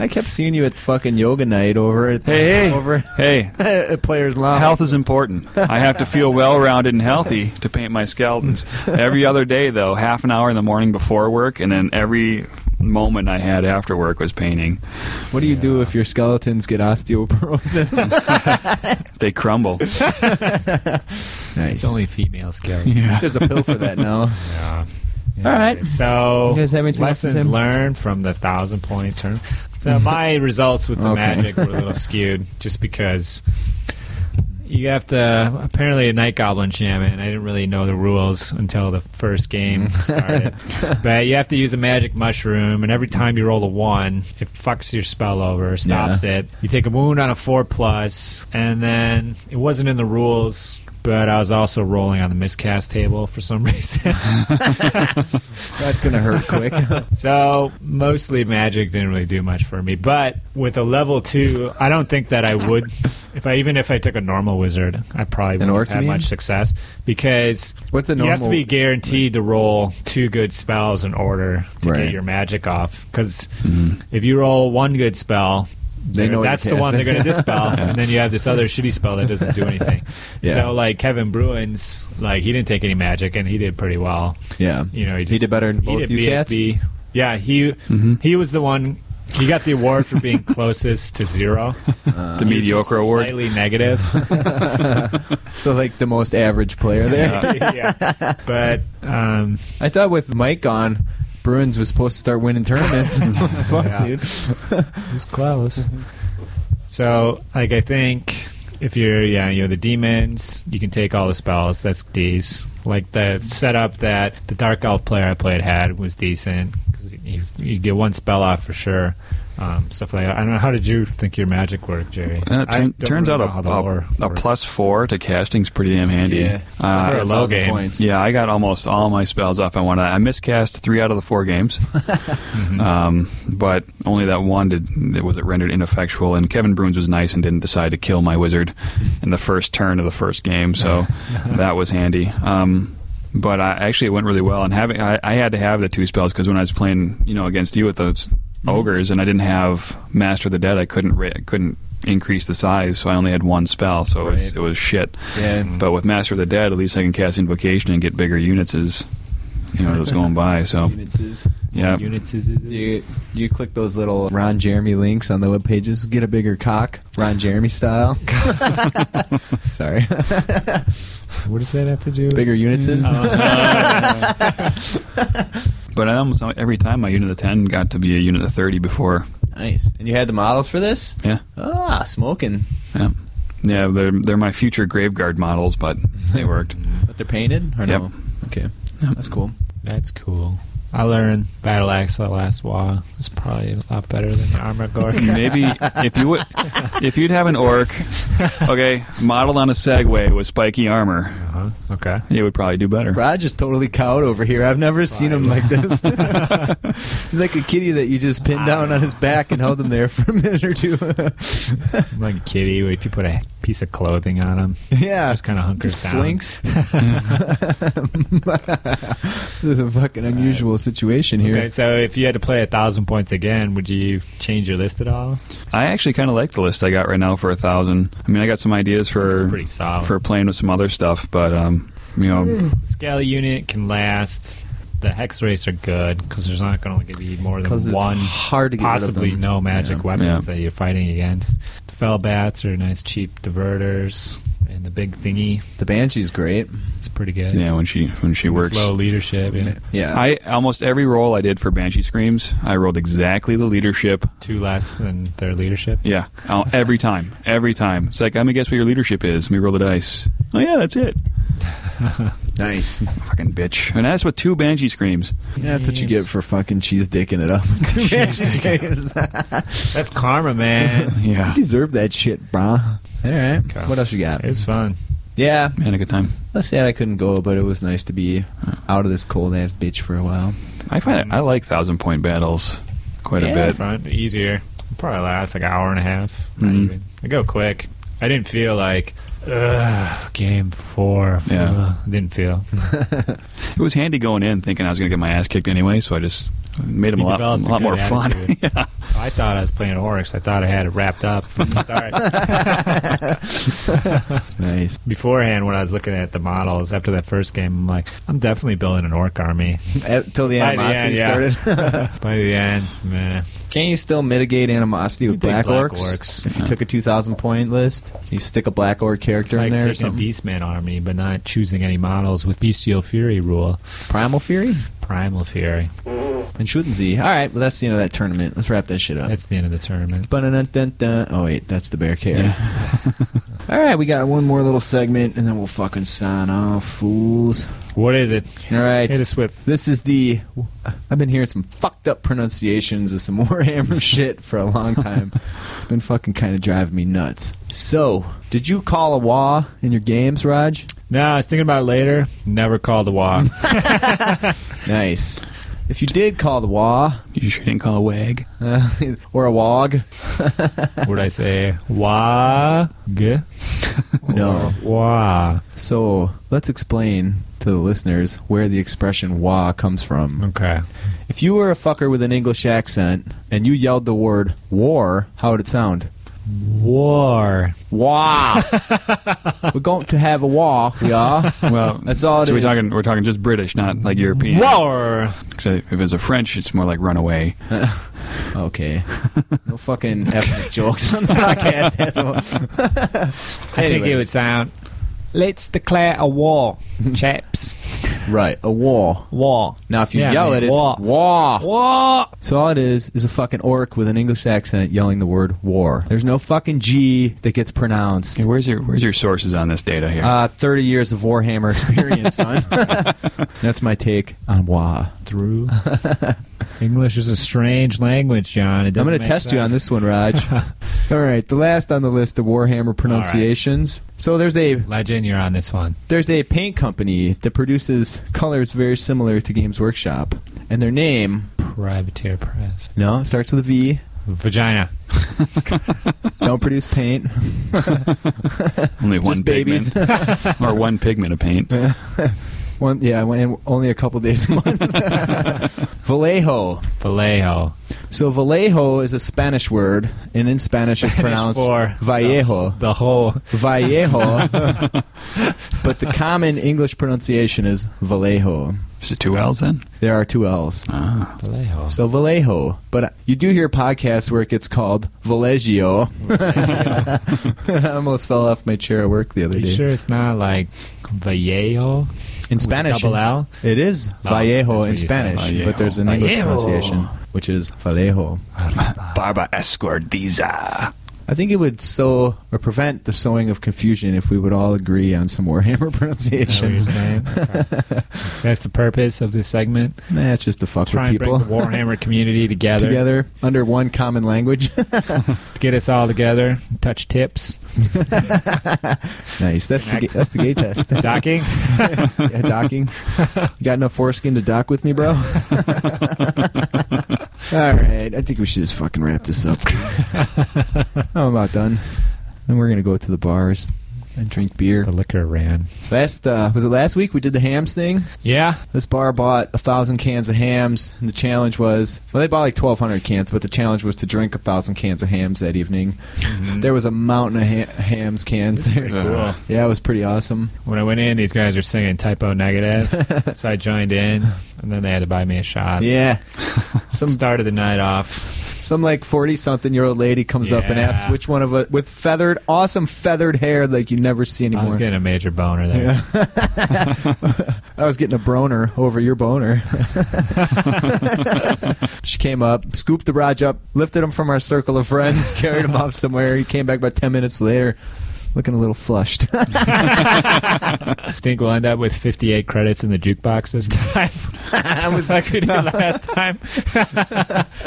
B: I kept seeing you at fucking yoga night over at
E: Hey, hey.
B: over
E: Hey,
B: at Players Lounge.
E: Health is important. I have to feel well rounded and healthy to paint my skeletons. Every other day, though, half an hour in the morning before work, and then every moment I had after work was painting.
B: What do you do if your skeletons get osteoporosis?
E: They crumble.
B: nice.
A: It's only female skeletons.
B: There's a pill for that now.
A: Yeah.
B: All right.
A: So
B: You guys have anything else to
A: lessons
B: say? Mm-hmm.
A: learned from the thousand point turn. So my results with the
B: Okay.
A: magic were a little skewed, just because you have to. Apparently, a night goblin shaman. I didn't really know the rules until the first game
B: Mm-hmm.
A: started. but you have to use a magic mushroom, and every time you roll a one, it fucks your spell over, stops it. You take a wound on a four plus, and then it wasn't in the rules. But I was also rolling on the miscast table for some reason.
B: That's gonna hurt quick.
A: So mostly magic didn't really do much for me, but with a level two, I don't think that I would. If I even if I took a normal wizard, I probably wouldn't
B: orc,
A: have had
B: you mean?
A: much success because
B: What's a
A: you have to
B: normal-
A: be guaranteed to roll two good spells in order to
B: Right. Mm-hmm.
A: get your magic off. Because if you roll one good spell.
B: They know
A: that's
B: you
A: the one they're
B: cast.
A: going to dispel, and then you have this other shitty spell that doesn't do anything.
B: Yeah.
A: So, like Kevin Bruins, like he didn't take any magic, and he did pretty well
B: yeah.
A: you know, he, just,
B: did better than
A: he
B: both
A: did
B: you cats?
A: BSB. Yeah, he he was the one. He got the award for being closest to zero. He
B: Uh,
E: the
A: was just
E: mediocre award.
A: slightly negative.
B: So like the most average player there.
E: Yeah.
A: yeah, but um,
B: I thought with Mike on, Bruins was supposed to start winning tournaments. Fuck,
A: Yeah.
B: dude.
A: it was close. So, like, I think if you're, yeah, you know, the demons, you can take all the spells. That's D's. Like, the setup that the Dark Elf player I played had was decent because you, you get one spell off for sure. Um, stuff like that. I don't know. How did you think your magic worked, Jerry?
E: Uh,
A: I
E: turn,
A: don't
E: turns out
A: really
E: a,
A: know how the
E: a,
A: lore
E: a
A: works.
E: plus four to casting's pretty damn handy. Uh,
A: For a low game.
E: Yeah, I got almost all my spells off on one. I miscast three out of the four games, um, but only that one did that was it rendered ineffectual. And Kevin Bruins was nice and didn't decide to kill my wizard in the first turn of the first game, so that was handy. Um, but I, actually, it went really well. And having I, I had to have the two spells because when I was playing, you know, against you with those ogres, and I didn't have Master of the Dead, I couldn't ra- couldn't increase the size, so I only had one spell, so it, was,
B: Right.
E: it was shit.
B: Yeah.
E: But with Master of the Dead, at least I can cast Invocation and get bigger units as you know those going by. So
B: Units is-
E: yeah,
A: Units is, is,
B: Do
A: is.
B: you, do you click those little Ron Jeremy links on the web pages? Get a bigger cock, Ron Jeremy style. Sorry,
A: What does that have to do? with-
B: bigger units. Is?
E: but I almost every time my unit of ten got to be a unit of thirty before.
B: nice. And you had the models for this?
E: Yeah,
B: Ah, smoking,
E: yeah, yeah. They're they're my future Graveguard models, but they worked.
B: but they're painted or no?
E: Yep.
B: Okay,
E: Yep.
B: that's cool.
A: That's cool. I learned Battle Axe that last while. It's probably a lot better than Armor Gork.
E: Maybe if you would, if you'd have an orc, okay, modeled on a Segway with spiky armor,
A: uh-huh. Okay.
E: it would probably do better.
B: Rod just totally cowed over here. I've never seen him like this. He's like a kitty that you just pinned down on his back and held him there for a minute or two.
A: Like a kitty, if you put a piece of clothing on him,
B: yeah,
A: just kind of hunkers
B: Just
A: down.
B: slinks. this is a fucking unusual situation here.
A: Okay, so if you had to play a thousand points again, would you change your list at all?
E: I actually kind of like the list I got right now for a thousand. I mean, I got some ideas for
A: It's pretty solid.
E: for playing with some other stuff, but um, you know,
A: Scale unit can last. The hex rays are good because there's not going to be more than
B: Because it's
A: one,
B: hard to get rid of
A: possibly
B: them.
A: no magic
B: Yeah.
A: weapons
E: Yeah.
A: that you're fighting against. The fell bats are nice, cheap diverters, and the big thingy
B: The Banshee's great.
A: is pretty good.
E: yeah, when she when she works.
A: Slow leadership. Yeah.
B: Yeah.
E: I almost every roll I did for Banshee Screams, I rolled exactly the leadership.
A: Two less than their leadership.
E: Yeah, I'll- every time, every time. It's like, I'm gonna guess what your leadership is. Let me roll the dice. Oh yeah, that's it.
B: nice.
E: Fucking bitch. And that's with two Banshee Screams.
B: Yeah, that's what you get for fucking cheese dicking it up. Two Banshee's games.
A: That's karma, man.
E: Yeah,
B: Deserve that shit, brah. All right.
A: Okay.
B: What else you got?
A: it was fun.
B: Yeah.
E: man, a good time.
B: I sad I couldn't go, but it was nice to be out of this cold ass bitch for a while.
E: I find it, I like thousand point battles quite
A: yeah,
E: a bit.
A: Fun, easier. Probably last like an hour and a half. Not
E: Mhm.
B: Hmm.
A: even. I go quick. I didn't feel like Ugh, game four.
E: Yeah.
A: Ugh, I didn't feel.
E: It was handy going in thinking I was gonna get my ass kicked anyway, so I just made them
A: You
E: a lot, a
A: developed a
E: lot
A: good
E: more fun.
A: attitude. I thought I was playing Oryx. I thought I had it wrapped up from the start.
B: Nice.
A: Beforehand, when I was looking at the models after that first game, I'm like, I'm definitely building an orc army.
B: Until the
A: By the
B: animosity
A: end, yeah.
B: started.
A: By the end, man,
B: Can't you still mitigate animosity with
A: You take
B: black,
A: black
B: orcs?
A: orcs.
B: If you took a 2,000 point list, you stick a black orc
A: it's
B: character
A: like
B: in there or
A: taking a
B: something.
A: beastman army, but not choosing any models with bestial fury rule,
B: Primal Fury?
A: primal fury.
B: And shouldn't he? All right, well, that's the end of that tournament. Let's wrap that shit up.
A: That's the end of the tournament.
B: Ba-da-dun-dun-dun. Oh wait, that's the bear care. All right, we got one more little segment, and then we'll fucking sign off, fools.
A: What is it?
B: All right,
A: Hit us with
B: this is the. I've been hearing some fucked up pronunciations of some Warhammer shit for a long time. It's been fucking kind of driving me nuts. So, did you call a wah in your games, Raj?
A: No, I was thinking about it later. Never called a walk.
B: Nice. If you did call the wah
E: you sure didn't call a wag?
B: uh, or a wog,
A: Would I say wag?
B: no.
A: Wah.
B: So let's explain to the listeners where the expression wah comes from.
A: Okay.
B: If you were a fucker with an English accent and you yelled the word war, how would it sound?
A: War.
B: Wah. We're going to have a wah, we are.
E: Well,
B: That's all it
E: so
B: is.
E: we're talking. We're talking just British, not like European.
A: War.
E: 'Cause if it's a French, it's more like runaway.
B: Okay. No fucking ethnic jokes on the podcast. asshole.
A: I think it
B: Anyways.
A: would sound. Let's declare a war, chaps.
B: right, a war.
A: War.
B: Now, if you
A: Yeah,
B: yell
A: man,
B: it, it's
A: wah.
B: wah.
A: War.
B: So all it is is a fucking orc with an English accent yelling the word war. There's no fucking G that gets pronounced.
E: Okay, where's your Where's your sources on this data here?
B: Uh, 30 years of Warhammer experience, son. That's my take on wah.
A: Through. English is a strange language, John. It
B: I'm
A: doesn't
B: going to
A: make
B: test you on
A: sense.
B: this one, Raj. All right, the last on the list of Warhammer pronunciations. So there's a
A: Legend, you're on this one.
B: there's a paint company that produces colors very similar to Games Workshop, and their name
A: Privateer Press.
B: no it starts with a V.
A: Vagina.
B: Don't produce paint.
E: Only one
B: Just babies.
E: pigment, or one pigment of paint.
B: One, yeah, one, only a couple days a month. Vallejo.
A: Vallejo.
B: So Vallejo is a Spanish word, and in Spanish, it's
A: Spanish
B: pronounced
A: for
B: Vallejo.
A: the whole.
B: Vallejo. but the common English pronunciation is Vallejo.
E: Is it two L's then?
B: There are two L's.
E: Ah.
A: Vallejo.
B: So Vallejo. But you do hear podcasts where it gets called Vallejo. I almost fell off my chair at work the
A: Are
B: other
A: you
B: day.
A: sure it's not like Vallejo?
B: In Spanish,
A: double L?
B: it is
A: Oh, that's
B: Vallejo
A: what
B: in
A: you said,
B: Spanish,
E: Vallejo.
B: but there's an English
A: Vallejo.
B: pronunciation, which is Vallejo.
E: Barba Escordiza.
B: I think it would sow or prevent the sowing of confusion if we would all agree on some Warhammer
A: Is that what you're
B: pronunciations.
A: saying? Okay. That's the purpose of this segment.
B: Nah, it's just to fuck
A: Try
B: with
A: and bring
B: people
A: the Warhammer community together.
B: together under one common language.
A: Get us all together. Touch tips.
B: nice. That's the
A: Connect.
B: ga- that's the gay test.
A: Docking.
B: yeah, docking. You got enough foreskin to dock with me, bro? all right. I think we should just fucking wrap this up. I'm about done. And we're gonna go to the bars and drink beer.
A: the liquor ran.
B: Last uh, was it last week? We did the hams thing.
A: Yeah.
B: This bar bought a thousand cans of hams, and the challenge was well, they bought like twelve hundred cans, but the challenge was to drink a thousand cans of hams that evening.
A: Mm-hmm.
B: There was a mountain of ha- hams cans there.
E: Uh,
B: Yeah, it was pretty awesome.
A: When I went in, these guys were singing typo negative. so I joined in, and then they had to buy me a shot.
B: Yeah,
A: Some started the night off.
B: some like forty-something-year-old lady comes up and
A: Yeah.
B: asks which one of us with feathered, awesome feathered hair like you never see anymore.
A: I was getting a major boner there.
B: Yeah. I was getting a broner over your boner. she came up, scooped the Raj up, lifted him from our circle of friends, carried him off somewhere. He came back about 10 minutes later looking a little flushed.
A: Think we'll end up with 58 credits in the jukebox this time.
B: I was
A: like we did last time.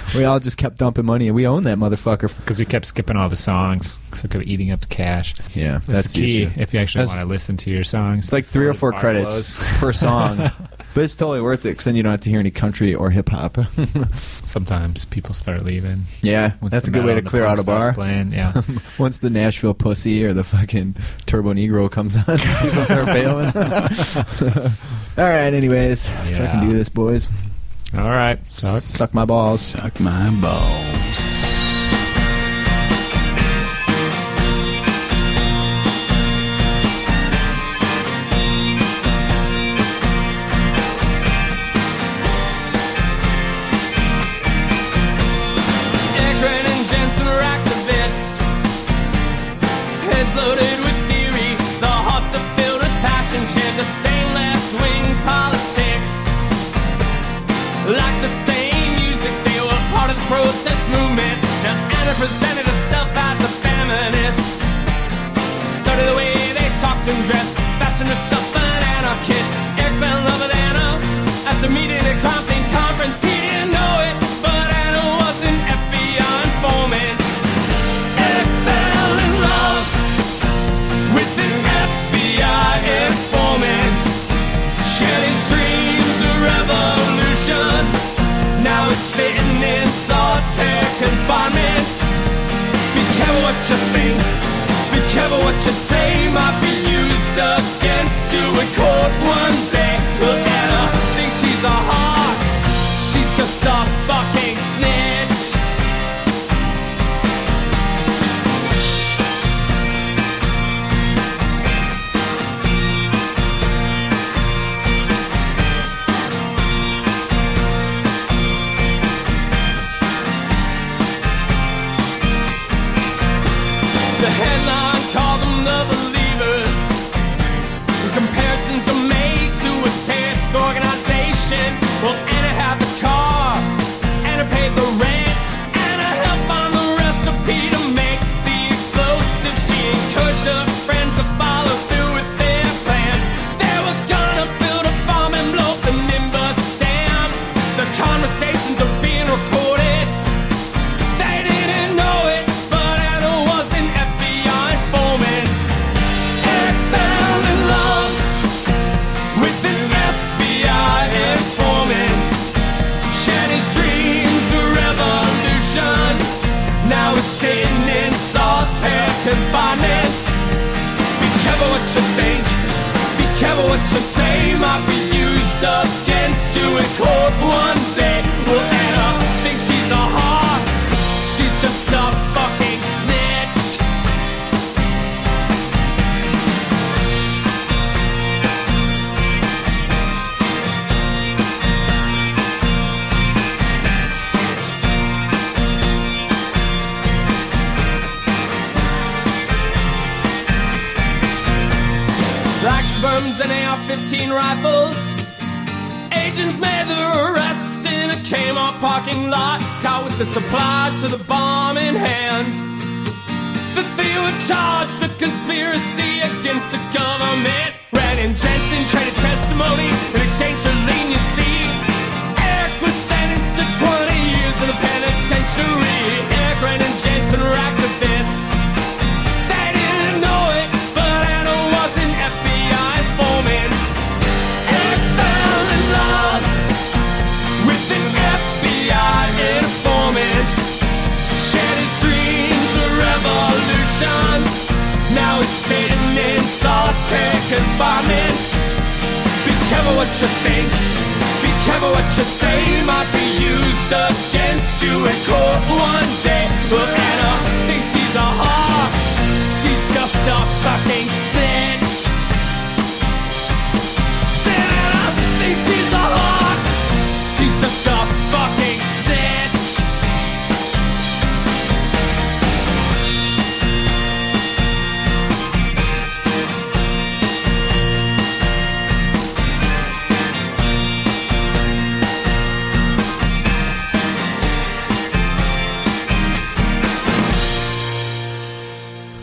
B: we all just kept dumping money, and we own that motherfucker.
A: Because we kept skipping all the songs. Because we kept eating up the cash. That's,
B: Yeah,
A: the key
B: issue.
A: if you actually
B: That's-
A: want to listen to your songs.
B: It's like three or
A: before
B: four
A: the bar
B: credits
A: blows.
B: per song. But it's totally worth it because then you don't have to hear any country or hip hop.
A: Sometimes people start leaving.
B: yeah,
A: Once
B: that's a
A: the metal
B: good way to
A: and the
B: clear
A: punk
B: out a
A: starts
B: bar.
A: Playing. Yeah.
B: Once the Nashville pussy or the fucking Turbo Negro comes on, people start bailing. All right, anyways, so I can
A: Yeah.
B: do this, boys.
A: all right. So
B: Suck my balls.
E: Suck my balls.
F: Akron and Jensen are activists. Heads loaded with theory, the hearts are filled with passion. Share the same left-wing politics, like the same music. They were part of the protest movement. Now Anna presented herself as a feminist. Studied the way they talked and dressed, fashioned herself an anarchist. Eric fell in love with Anna after meeting at Compton Conference. He didn't know it, but Anna was an FBI informant. Eric fell in love with an FBI informant. Shared his dreams of revolution. Now he's sitting in solitary confinement. Be careful what you think. Be careful what you say. Might be used against you in court one day. Well, Anna thinks she's a hawk. She's just a fucking snitch. The headline called them the believers. Comparisons are made to a terrorist organization. Well, Anna had the car, Anna paid the rent, Anna helped find the recipe to make the explosive. She encouraged her friends to follow through with their plans. They were gonna build a bomb and blow the Nimbus down. The conversations are being recorded. They didn't know it, but Anna was an FBI informant. Eric fell in love with an FBI informant. Shared his dreams of revolution. Now he's sitting in solitary confinement. Be careful what you think. Be careful what you say. Might be used against you in court one day. Well, Anna thinks she's a hard. rifles. Agents made the arrests in a Kmart parking lot, caught with the supplies for the bomb in hand. The three were charged with conspiracy against the government. Ren and Jensen traded testimony in exchange for leniency. Eric was sentenced to 20 years in the penitentiary. Eric, Ren, and Jensen were activists. They didn't know it, but Anna was an FBI informant. Eric fell in love with an FBI informant. Shared his dreams of revolution. Now he's sitting in solitary confinement. Be careful what you think. Be careful what you say. Might be used against you in court one day. But Anna thinks she's a hawk. She's just a fucking snitch. Said Anna thinks she's a hawk. She's just a fucking snitch.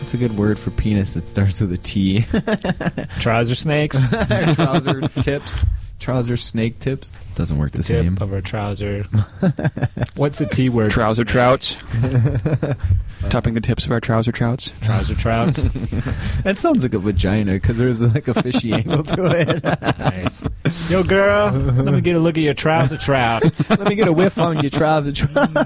B: It's a good word for penis that starts with a T.
A: Trouser snakes.
B: trouser tips. Trouser snake tips. Doesn't work the, same.
A: Tip of a trouser. What's a T word?
E: Trouser trouts. Topping the tips of our trouser trouts.
A: Trouser trouts.
B: That sounds like a vagina because there's like a fishy angle to it.
A: nice. Yo, girl, let me get a look at your trouser trout.
B: Let me get a whiff on your trouser. Trout.